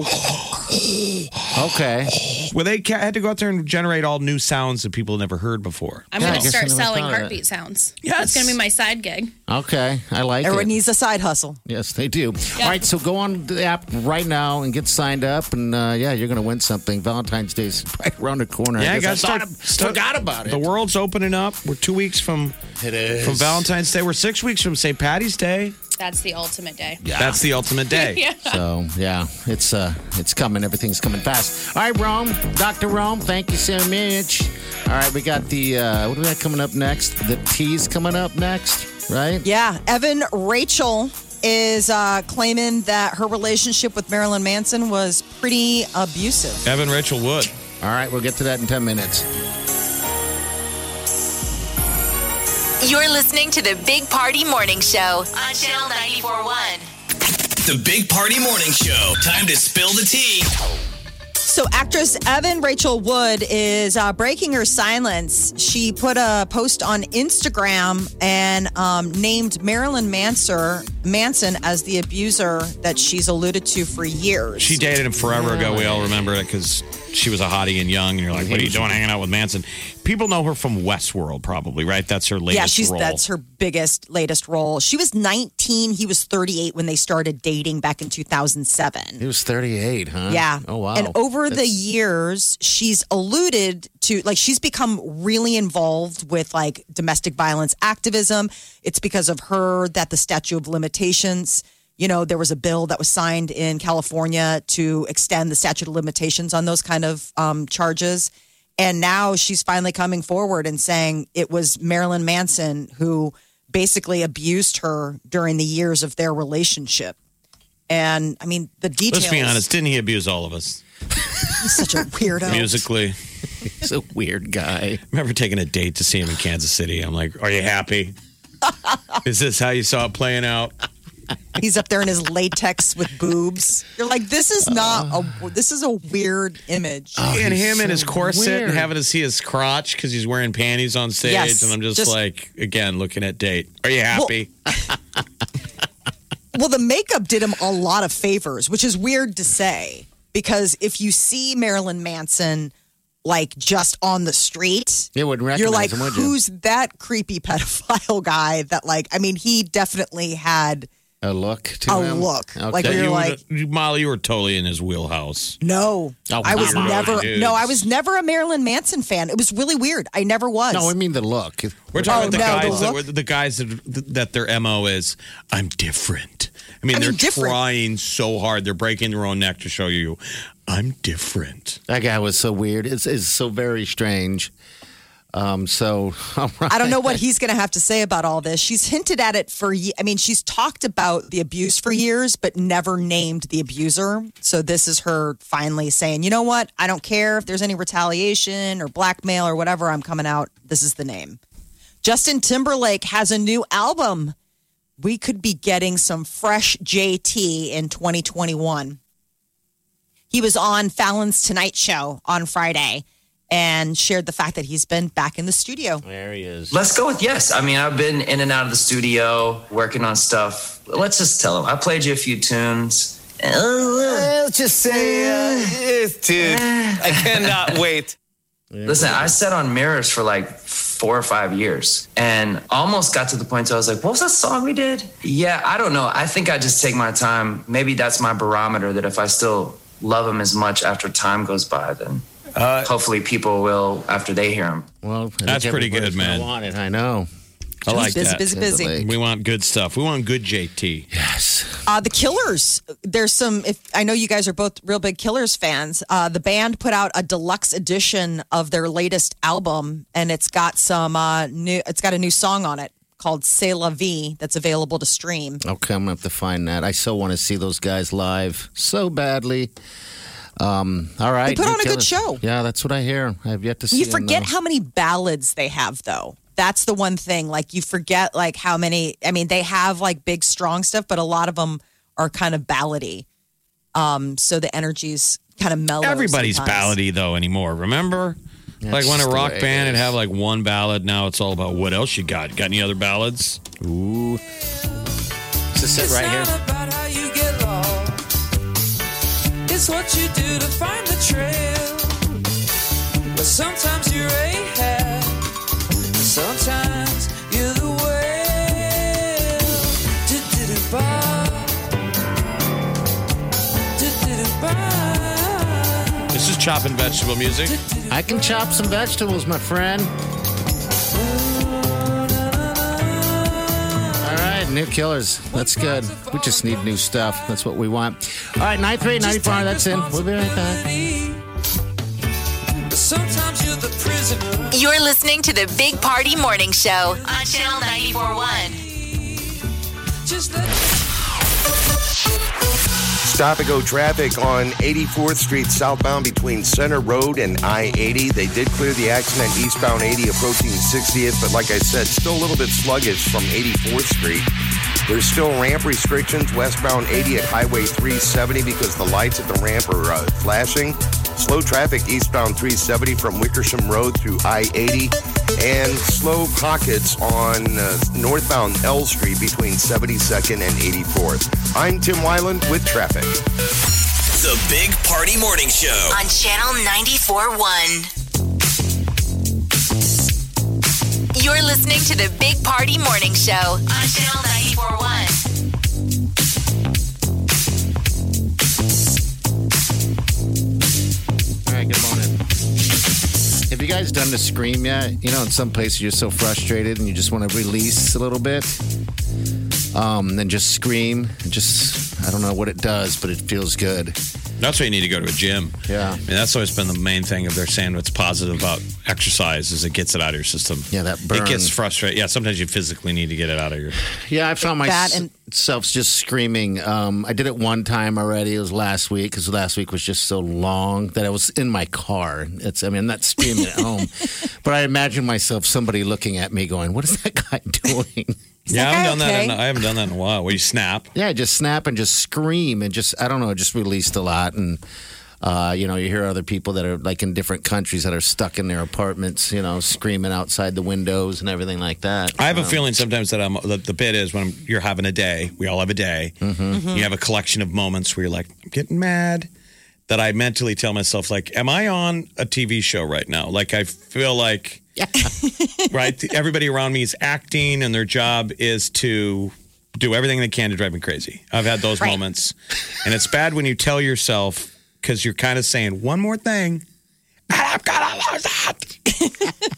Speaker 4: Okay.
Speaker 5: Well, they ca- had to go out there and generate all new sounds that people had never heard before.
Speaker 13: I'm going to start selling heartbeat sounds. Yeah, That's going to be my side gig.
Speaker 4: Okay, I like
Speaker 3: Everyone
Speaker 4: it.
Speaker 3: needs a side hustle.
Speaker 4: Yes, they do.
Speaker 13: Yeah.
Speaker 4: All right, so go on the app right now and get signed up, and uh, yeah, you're going to win something. Valentine's Day's right around the corner.
Speaker 5: Yeah, I,
Speaker 4: I,
Speaker 5: got
Speaker 4: guess I thought, forgot about it.
Speaker 5: The world's opening up. We're two weeks from
Speaker 4: It is.
Speaker 5: from Valentine's Day. We're six weeks from St. Patty's Day.
Speaker 13: That's the ultimate day.
Speaker 5: that's the ultimate day.
Speaker 13: Yeah.
Speaker 4: So yeah, it's uh, it's coming. Everything's coming fast. All right, Rome, Doctor Rome, thank you so much. All right, we got the uh, what do we got coming up next? The tea's coming up next, right?
Speaker 3: Yeah, Evan Rachel is uh, claiming that her relationship with Marilyn Manson was pretty abusive.
Speaker 5: Evan Rachel Wood.
Speaker 4: All right, we'll get to that in ten minutes.
Speaker 2: You're listening to the Big Party Morning Show on Channel 941.
Speaker 1: The Big Party Morning Show. Time to spill the tea.
Speaker 3: So, actress Evan Rachel Wood is uh, breaking her silence. She put a post on Instagram and um, named Marilyn Manson, Manson as the abuser that she's alluded to for years.
Speaker 5: She dated him forever ago. We all remember it because she was a hottie and young. And you're like, what are you doing hanging out with Manson? People know her from Westworld, probably, right? That's her latest
Speaker 3: yeah, she's
Speaker 5: role.
Speaker 3: that's her biggest latest role. She was 19, he was 38 when they started dating back in 2007.
Speaker 4: He was 38, huh?
Speaker 3: Yeah.
Speaker 4: Oh wow.
Speaker 3: And over the
Speaker 4: That's-
Speaker 3: years, she's alluded to like she's become really involved with like domestic violence activism. It's because of her that the statute of limitations, you know, there was a bill that was signed in California to extend the statute of limitations on those kind of um, charges. And now she's finally coming forward and saying it was Marilyn Manson who basically abused her during the years of their relationship. And I mean, the details.
Speaker 5: Let's be honest. Didn't he abuse all of us
Speaker 3: He's such a weirdo.
Speaker 5: musically? He's
Speaker 4: a weird guy.
Speaker 5: remember taking a date to see him in Kansas City. I'm like, are you happy? Is this how you saw it playing out?
Speaker 3: He's up there in his latex with boobs. You're like, this is not a. This is a weird image.
Speaker 5: and him in his corset and having to see his crotch because he's wearing panties on stage.
Speaker 3: Yes,
Speaker 5: and I'm just,
Speaker 3: just-
Speaker 5: like, again, looking at date. Are you happy?
Speaker 3: Well, the makeup did him a lot of favors, which is weird to say because if you see Marilyn Manson like just on the street,
Speaker 4: You wouldn't recognize
Speaker 3: you're like,
Speaker 4: him, would you?
Speaker 3: who's that creepy pedophile guy? That like, I mean, he definitely had.
Speaker 4: a look to
Speaker 3: A
Speaker 4: him?
Speaker 3: look. Like,
Speaker 5: That
Speaker 3: we were
Speaker 5: you,
Speaker 3: like-
Speaker 5: you- Molly, you were totally in his wheelhouse.
Speaker 3: No,
Speaker 5: Oh,
Speaker 3: I was
Speaker 5: come on,
Speaker 3: never.
Speaker 5: dude.
Speaker 3: No, I was never a Marilyn Manson fan. It was really weird. I never was.
Speaker 4: No, I mean the look.
Speaker 5: We're talking
Speaker 3: Oh,
Speaker 5: about the
Speaker 3: no,
Speaker 5: guys,
Speaker 3: the
Speaker 5: that, were- the guys that, that their mo is I'm different. I mean,
Speaker 3: I mean,
Speaker 5: they're
Speaker 3: different.
Speaker 5: trying so hard; they're breaking their own neck to show you I'm different.
Speaker 4: That guy was so weird. It's, it's so very strange. Um, so all right.
Speaker 3: I don't know what he's going to have to say about all this. She's hinted at it for, ye- I mean, she's talked about the abuse for years, but never named the abuser. So this is her finally saying, you know what? I don't care if there's any retaliation or blackmail or whatever. I'm coming out. This is the name. Justin Timberlake has a new album. We could be getting some fresh JT in 2021 he was on Fallon's Tonight Show on Friday and shared the fact that he's been back in the studio.
Speaker 4: There he is.
Speaker 6: Let's go with yes. I mean, I've been in and out of the studio working on stuff. Let's just tell them I played you a few tunes. I'll just say, dude, I cannot wait. Listen, I sat on mirrors for like four or five years and almost got to the point where I was like, what was that song we did? Yeah, I don't know. I think I just take my time. Maybe that's my barometer that if I still love them as much after time goes by, then hopefully people will after they hear them.
Speaker 4: Well,
Speaker 5: That's pretty good, man.
Speaker 4: On it, I know.
Speaker 5: I like
Speaker 3: busy,
Speaker 5: that.
Speaker 3: busy, busy.
Speaker 5: We want good stuff. We want good JT.
Speaker 4: Yes.
Speaker 3: Uh, the Killers. There's some. If I know you guys are both real big Killers fans, uh, the band put out a deluxe edition of their latest album, and it's got some uh, new. It's got a new song on it called "C'est La Vie" that's available to stream.
Speaker 4: Okay, I'm gonna have to find that. I so want to see those guys live so badly. Um, all right.
Speaker 3: put
Speaker 4: you
Speaker 3: on a
Speaker 4: tell
Speaker 3: good
Speaker 4: us.
Speaker 3: show.
Speaker 4: Yeah, that's what I hear. I have yet to see.
Speaker 3: You
Speaker 4: 'em,
Speaker 3: forget
Speaker 4: though.
Speaker 3: how many ballads they have, though. That's the one thing. Like you forget, like how many. I mean, they have like big, strong stuff, but a lot of them are kind of ballady. Um, so the energy's kind of
Speaker 5: Oh,
Speaker 3: mellow.
Speaker 5: Everybody's
Speaker 3: sometimes.
Speaker 5: ballady though anymore. Remember, like when
Speaker 4: just
Speaker 5: a
Speaker 4: the
Speaker 5: rock
Speaker 4: way it
Speaker 5: band would
Speaker 4: is.
Speaker 5: have like one ballad. Now it's all about what else you got. Got any other ballads?
Speaker 4: Ooh, Just sit right here.
Speaker 14: It's It's what you do to find the trail. But sometimes you're Ahab, sometimes you're the whale. Da-da-da-ba. Da-da-da-ba.
Speaker 5: This is chopping vegetable music.
Speaker 4: I can chop some vegetables, my friend. All right, new killers. That's good. We just need new stuff. That's what we want. All right, 93, 94, that's in. We'll be right back.
Speaker 14: But sometimes you're the prisoner.
Speaker 2: You're listening to the Big Party Morning Show on Channel 94.1.
Speaker 14: Just let
Speaker 15: Stop and go traffic on 84th Street southbound between Center Road and I 80. They did clear the accident eastbound 80 approaching 60th, but like I said, still a little bit sluggish from 84th Street. There's still ramp restrictions westbound 80 at Highway 370 because the lights at the ramp are uh, flashing. Slow traffic eastbound 370 from Wickersham Road through I 80. And slow pockets on uh, northbound L Street between 72nd and 84th. I'm Tim Wyland with traffic.
Speaker 1: The Big Party Morning Show.
Speaker 2: On Channel 94.1. You're listening to the Big Party Morning Show on Channel 94.1.
Speaker 4: All right, good morning. Have you guys done the scream yet? You know, in some places you're so frustrated and you just want to release a little bit. Um, then just scream. It Just, I don't know what it does, but it feels good.
Speaker 5: That's why you need to go to a gym. Yeah. I mean, that's always been the main thing of their saying what's positive about exercise is it gets it out of your system. Yeah, that
Speaker 4: burn.
Speaker 5: It gets frustrated. Yeah, sometimes you physically need to get it out of your.
Speaker 4: Yeah, I found
Speaker 5: That
Speaker 4: myself
Speaker 5: and-
Speaker 4: just screaming. Um, I did it one time already. It was last week because last week was just so long that I was in my car. It's, I mean, I'm not screaming at home, but I imagine myself somebody looking at me going, "What is that guy doing?"
Speaker 5: yeah, I haven't done that. In, I haven't done that in a while. Where you snap.
Speaker 4: Yeah, just snap and just scream and just I don't know, just released a lot and uh, you know, you hear other people that are like in different countries that are stuck in their apartments, you know, screaming outside the windows and everything like that.
Speaker 5: I have a
Speaker 4: Um,
Speaker 5: feeling sometimes that I'm that the bit is when you're having a day. We all have a day.
Speaker 4: Mhm.
Speaker 5: You have a collection of moments where you're like, I'm getting mad. That I mentally tell myself, like, am I on a TV show right now? Like, I feel like, right? Everybody around me is acting, and their job is to do everything they can to drive me crazy. I've had those
Speaker 16: Right.
Speaker 5: moments, and it's bad when you tell yourself because you're kind of saying one more thing. I'm gonna lose it.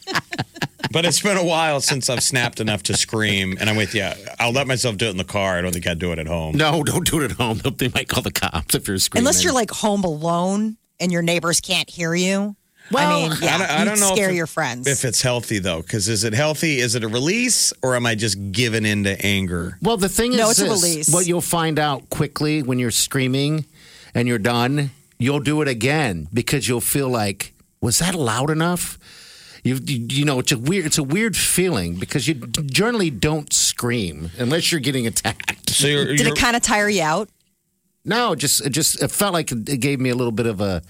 Speaker 5: But it's been a while since I've snapped enough to scream, and I'm with you. I'll let myself do it in the car. I don't think I'd do it at home.
Speaker 4: No, don't do it at home. They might call the cops if you're screaming.
Speaker 3: Unless you're like home alone and your neighbors can't hear you. I mean, yeah,
Speaker 5: don't-
Speaker 3: you'd
Speaker 5: don't know
Speaker 3: scare
Speaker 5: if it-
Speaker 3: your friends.
Speaker 5: If it's healthy though, because is it healthy? Is it a release, or am I just giving in to anger?
Speaker 4: Well, the thing
Speaker 3: No,
Speaker 4: is,
Speaker 3: it's a
Speaker 4: this,
Speaker 3: release.
Speaker 4: what you'll find out quickly when you're screaming and you're done, you'll do it again because you'll feel like, was that loud enough? You, you, you know, it's a weird, it's a weird feeling because you generally don't scream unless you're getting attacked.
Speaker 5: So
Speaker 3: Did it kind of tire you out?
Speaker 4: No, just it just it felt like it gave me a little bit of a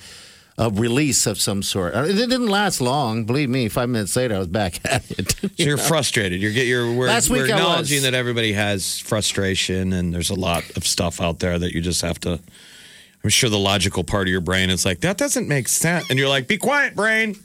Speaker 4: a release of some sort. It didn't last long, believe me. Five minutes later, I was back at it.
Speaker 5: So you're frustrated. You're get you're we're,
Speaker 4: Last
Speaker 5: we're
Speaker 4: week I was.
Speaker 5: acknowledging that everybody has frustration, and there's a lot of stuff out there that you just have to. I'm sure the logical part of your brain is like that doesn't make sense, and you're like, "Be quiet, brain."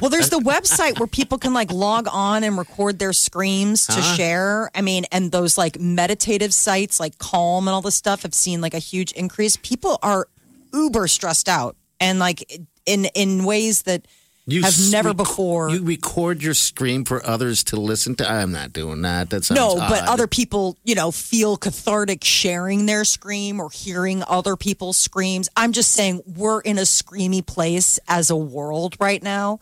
Speaker 3: Well, there's the website where people can like log on and record their screams to
Speaker 5: Huh?
Speaker 3: share. I mean, and those like meditative sites like Calm and all this stuff have seen like a huge increase. People are uber stressed out and like in in ways that have
Speaker 4: s-
Speaker 3: never
Speaker 4: rec-
Speaker 3: before.
Speaker 4: You record your scream for others to listen to. I'm not doing that. That sounds
Speaker 3: no, but
Speaker 4: odd.
Speaker 3: other people, you know, feel cathartic sharing their scream or hearing other people's screams. I'm just saying we're in a screamy place as a world right now.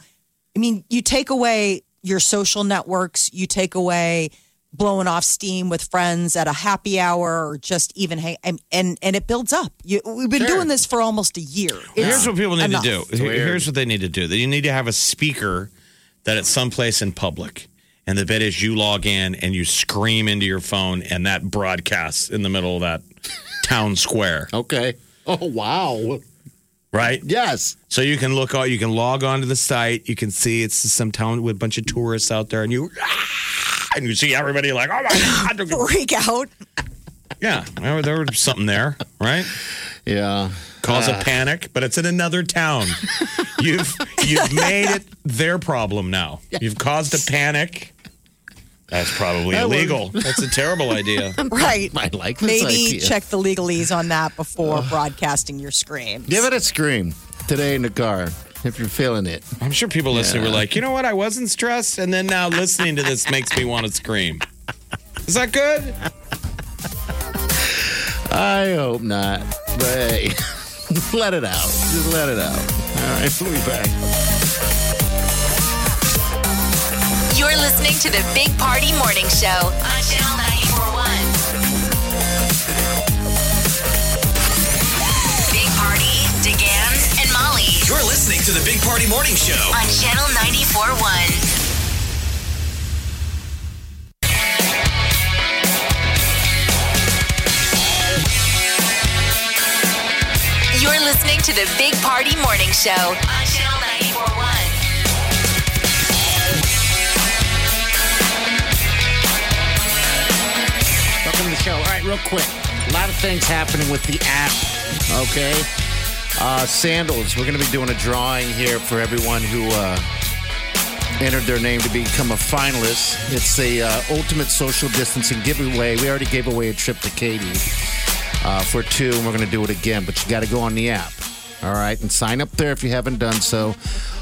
Speaker 3: I mean, you take away your social networks, you take away blowing off steam with friends at a happy hour or just even hang and and, and it builds up. You, we've been doing this for almost a year.
Speaker 5: Here's what people need
Speaker 3: enough.
Speaker 5: to do.
Speaker 3: It's
Speaker 5: Here-
Speaker 3: weird.
Speaker 5: Here's what they need to do. They need to have a speaker that at some place in public, and the bit is you log in and you scream into your phone, and that broadcasts in the middle of that town square.
Speaker 4: Okay. Oh wow.
Speaker 5: Right.
Speaker 4: Yes.
Speaker 5: So you can look. out- You can log on to the site. You can see it's some town with a bunch of tourists out there, and you ah, and you see everybody like, oh my god,
Speaker 3: freak out.
Speaker 5: Yeah, there was something there, right?
Speaker 4: Yeah.
Speaker 5: Cause
Speaker 4: Ah.
Speaker 5: a panic, but it's in another town. you've you've made it their problem now. You've caused a panic. That's probably
Speaker 3: That would-
Speaker 5: illegal. That's a terrible idea.
Speaker 3: Right.
Speaker 4: I like this
Speaker 3: Maybe
Speaker 4: idea.
Speaker 3: check the legalese on that before broadcasting your scream.
Speaker 4: Give it a scream today in the car if you're feeling it.
Speaker 5: I'm sure people listening
Speaker 4: Yeah.
Speaker 5: were like, you know what? I wasn't stressed, and then now listening to this makes me want to scream. Is that good?
Speaker 4: I hope not. But hey, let it out. Just let it out. All right, we'll be back.
Speaker 2: You're listening to the Big Party Morning Show on Channel 941. Big Party, DeGan, and Molly
Speaker 1: You're listening to the Big Party Morning Show.
Speaker 2: on Channel 941. You're listening to the Big Party Morning Show on Channel 941.
Speaker 4: Welcome to the show. All right, real quick. A lot of things happening with the app, okay? Uh, sandals. We're going to be doing a drawing here for everyone who uh, entered their name to become a finalist. It's a uh, ultimate social distancing giveaway. We already gave away a trip to Katy uh, for two, and we're going to do it again. But you got to go on the app, all right, and sign up there if you haven't done so.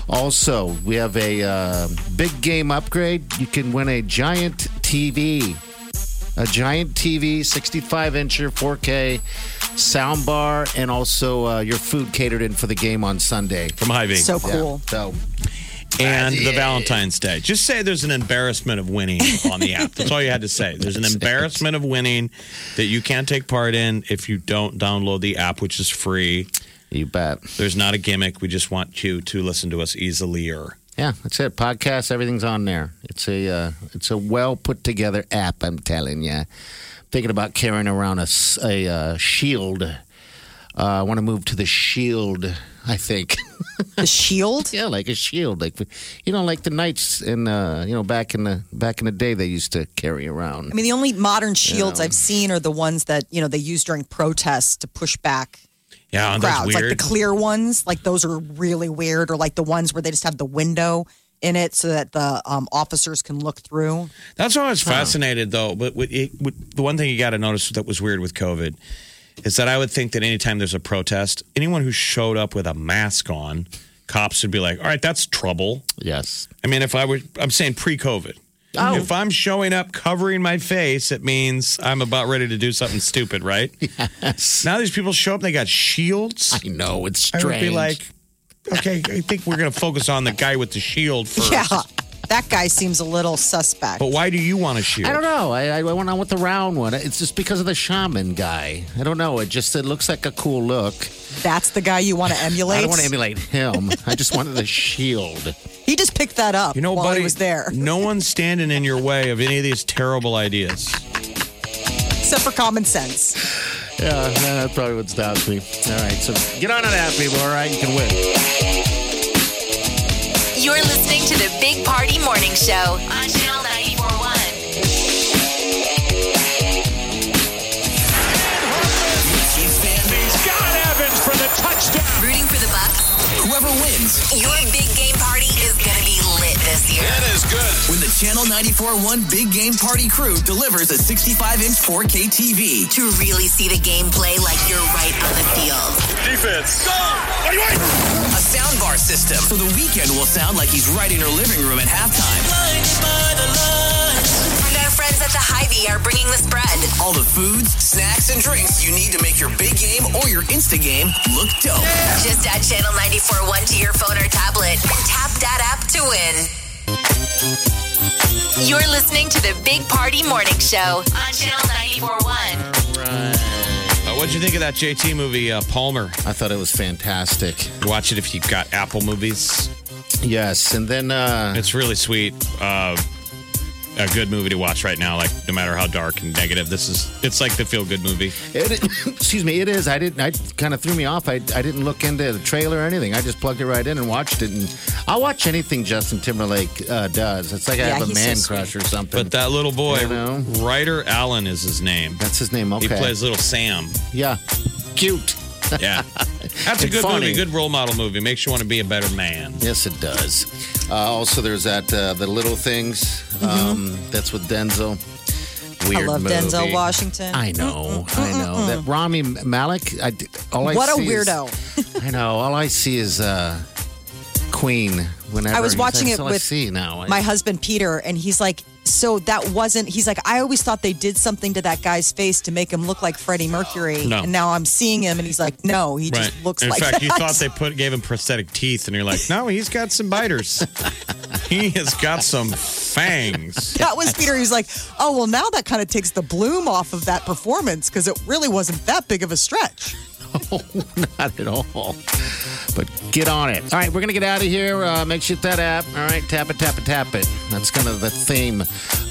Speaker 4: Also, we have a uh, big game upgrade. You can win a giant TV, a giant TV, 65 incher, 4K sound bar, and also uh, your food catered in for the game on Sunday
Speaker 5: From Hy-Vee. So
Speaker 4: Yeah,
Speaker 5: cool.
Speaker 4: so.
Speaker 5: And the
Speaker 4: Yeah.
Speaker 5: Valentine's Day. Just say there's an embarrassment of winning on the app. That's all you had to say. There's an embarrassment of winning that you can't take part in if you don't download the app, which is free.
Speaker 4: You bet.
Speaker 5: There's not a gimmick. We just want you to listen to us easilier.
Speaker 4: Yeah, that's it. Podcast, everything's on there. It's a uh, it's a well put together app. I'm telling you. Thinking about carrying around a s- a, uh, shield. Uh, I want to move to the shield. I think
Speaker 3: the shield.
Speaker 4: yeah, like a shield. Like you know, like the knights in uh, you know back in the back in the day they used to carry around.
Speaker 3: I mean, the only modern shields
Speaker 4: Yeah.
Speaker 3: I've seen are the ones that you know they use during protests to push back
Speaker 5: Yeah, aren't those
Speaker 3: crowds, like the
Speaker 5: weird?
Speaker 3: clear ones. Like those are really weird, or like the ones where they just have the window in it so that the um, officers can look through.
Speaker 5: That's why I was fascinated, though. But with- it, with, the one thing you got to notice that was weird with COVID is that I would think that anytime there's a protest, anyone who showed up with a mask on, cops would be like, "All right, that's trouble."
Speaker 4: Yes.
Speaker 5: I mean, if I were, I'm saying pre-COVID.
Speaker 4: Oh.
Speaker 5: If I'm showing up covering my face, it means I'm about ready to do something stupid, right? Yes. Now these people show up, they got shields. I
Speaker 4: know it's
Speaker 5: I would be
Speaker 3: strange.
Speaker 5: like, okay, I think we're gonna focus on the guy with the shield first.
Speaker 3: Yeah, that guy seems a little suspect.
Speaker 5: But why do you want a shield?
Speaker 4: I don't know. I, I went on with the round one. It's just because of the shaman guy. I don't know. It just it looks like a cool look.
Speaker 3: That's the guy you want to emulate.
Speaker 4: I don't want to emulate him. I just wanted the shield.
Speaker 3: He just picked that up.
Speaker 5: You know,
Speaker 3: while
Speaker 5: buddy,
Speaker 3: he was there,
Speaker 5: no one's standing in your way of any of these terrible ideas. Uh,
Speaker 3: except for common sense.
Speaker 4: Yeah, that probably would stop me. All right, so get on to that, people. All right, you can win.
Speaker 2: You're listening to the Big Party Morning Show on Channel 941.
Speaker 14: Scott Evans for the touchdown.
Speaker 2: Rooting for the Bucks. Whoever wins, your big game party is going to be lit this year.
Speaker 1: That is good. When the Channel 94.1 Big Game Party crew delivers a 65-inch 4K TV.
Speaker 2: To really see the game play like you're right on the field.
Speaker 1: Defense. Go! What do you want? A soundbar system. So the weekend will sound like he's right in her living room at halftime.
Speaker 2: And our friends at the Hy-Vee are bringing the spread.
Speaker 1: All the foods, snacks, and drinks you need to make your big game or your Insta game look dope.
Speaker 2: Just add Channel 941 to your phone or tablet and tap that app to win. You're listening to the Big Party Morning Show on Channel 941.
Speaker 5: Uh, what'd you think of that JT movie, uh, Palmer?
Speaker 4: I thought it was fantastic.
Speaker 5: Watch it if you've got Apple movies.
Speaker 4: Yes, and then uh,
Speaker 5: It's really sweet. Uh, a good movie to watch right now, like no matter how dark and negative this is. It's like the feel good movie.
Speaker 4: it, excuse me, it is. I didn't. I kind of threw me off. I, I didn't look into the trailer or anything. I just plugged it right in and watched it. And I'll watch anything Justin Timberlake uh, does. It's like I
Speaker 5: Yeah,
Speaker 4: have a
Speaker 5: he's
Speaker 4: man
Speaker 5: so sweet.
Speaker 4: crush or something.
Speaker 5: But that little boy,
Speaker 4: You know?
Speaker 5: Ryder Allen is his name.
Speaker 4: That's his name. Okay.
Speaker 5: He plays little Sam.
Speaker 4: Yeah, cute.
Speaker 5: yeah. That's a
Speaker 4: It's
Speaker 5: good
Speaker 4: funny.
Speaker 5: movie. Good role model movie. Makes you want to be a better man.
Speaker 4: Yes, it does. Uh, also, there's that uh, the little things. Um, that's with Denzel. Weird
Speaker 3: Mm-hmm. I love
Speaker 4: movie.
Speaker 3: Denzel Washington.
Speaker 4: I know, I know that Rami Malik. I, d- all I
Speaker 3: what a
Speaker 4: see is-
Speaker 3: weirdo.
Speaker 4: I know. All I see is uh, Queen. Whenever
Speaker 3: I was
Speaker 4: That's
Speaker 3: watching it
Speaker 4: all I
Speaker 3: with
Speaker 4: see now. I-
Speaker 3: my husband Peter, and he's like, "So that wasn't." He's like, "I always thought they did something to that guy's face to make him look like Freddie Mercury,
Speaker 5: No.
Speaker 3: and now I'm seeing him, and he's like, no, he
Speaker 5: Right.
Speaker 3: just looks
Speaker 5: In
Speaker 3: like
Speaker 5: fact,
Speaker 3: that."
Speaker 5: you thought they put gave him prosthetic teeth, and you're like, no, he's got some biters. he has got some fangs.
Speaker 3: that was Peter. He's like, "Oh well, now that kind of takes the bloom off of that performance because it really wasn't that big of a stretch."
Speaker 4: Not at all. But get on it. All right, we're going to get out of here. Uh, make sure you hit that app. All right, tap it, tap it, tap it. That's kind of the theme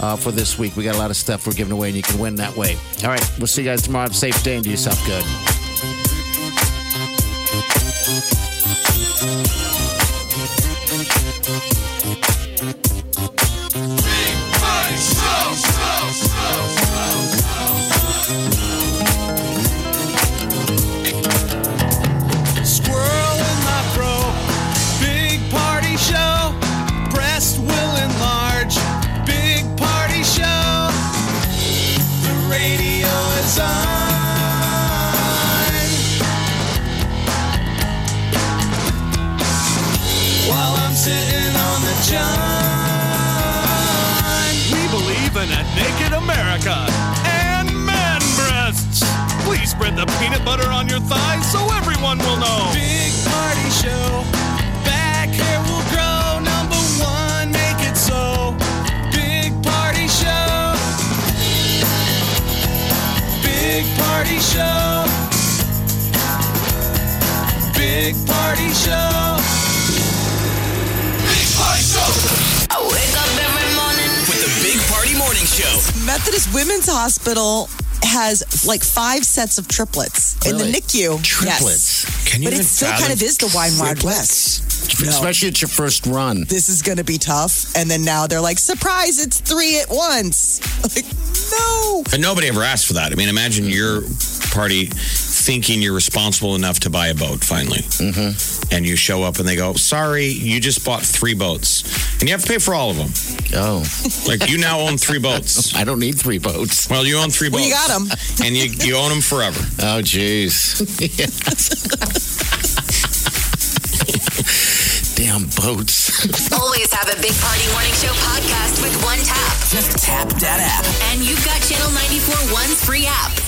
Speaker 4: uh, for this week. We got a lot of stuff we're giving away, and you can win that way. All right, we'll see you guys tomorrow. Have a safe day and do yourself good.
Speaker 14: Squirrel in my pro, big party show. Breast will enlarge, big party show. The radio is on. While I'm sitting on the john. We believe in a naked America and man breasts. Please spread the peanut butter on your thighs so everyone will know. Big party show. Back hair will grow. Number one, make it so. Big party show. Big party show. Big party show. Big party show.
Speaker 2: I wake up every morning.
Speaker 1: With the Big Party Morning Show.
Speaker 3: Methodist Women's Hospital has like five sets of triplets in
Speaker 4: Really?
Speaker 3: the NICU.
Speaker 4: Triplets.
Speaker 3: Yes.
Speaker 4: Can you
Speaker 3: but it
Speaker 4: even
Speaker 3: still
Speaker 4: fathom
Speaker 3: kind of is the wine wide
Speaker 4: triplets?
Speaker 3: west. No.
Speaker 4: Especially at your first run.
Speaker 3: This is going to be tough. And then now they're like, surprise, it's three at once. Like, no.
Speaker 5: And nobody ever asked for that. I mean, imagine your party thinking you're responsible enough to buy a boat finally. Mm-hmm. And you show up and they go, sorry, you just bought three boats. And you have to pay for all of them.
Speaker 4: Oh.
Speaker 5: Like you now own three boats.
Speaker 4: I don't need three boats.
Speaker 5: Well, you own three
Speaker 3: Well,
Speaker 5: boats.
Speaker 3: you got 'em.
Speaker 5: And you, you own them forever.
Speaker 4: Oh, jeez. Damn boats.
Speaker 2: Always have a Big Party Morning Show podcast with one tap. Just tap that app. And you've got Channel 94.1's free app.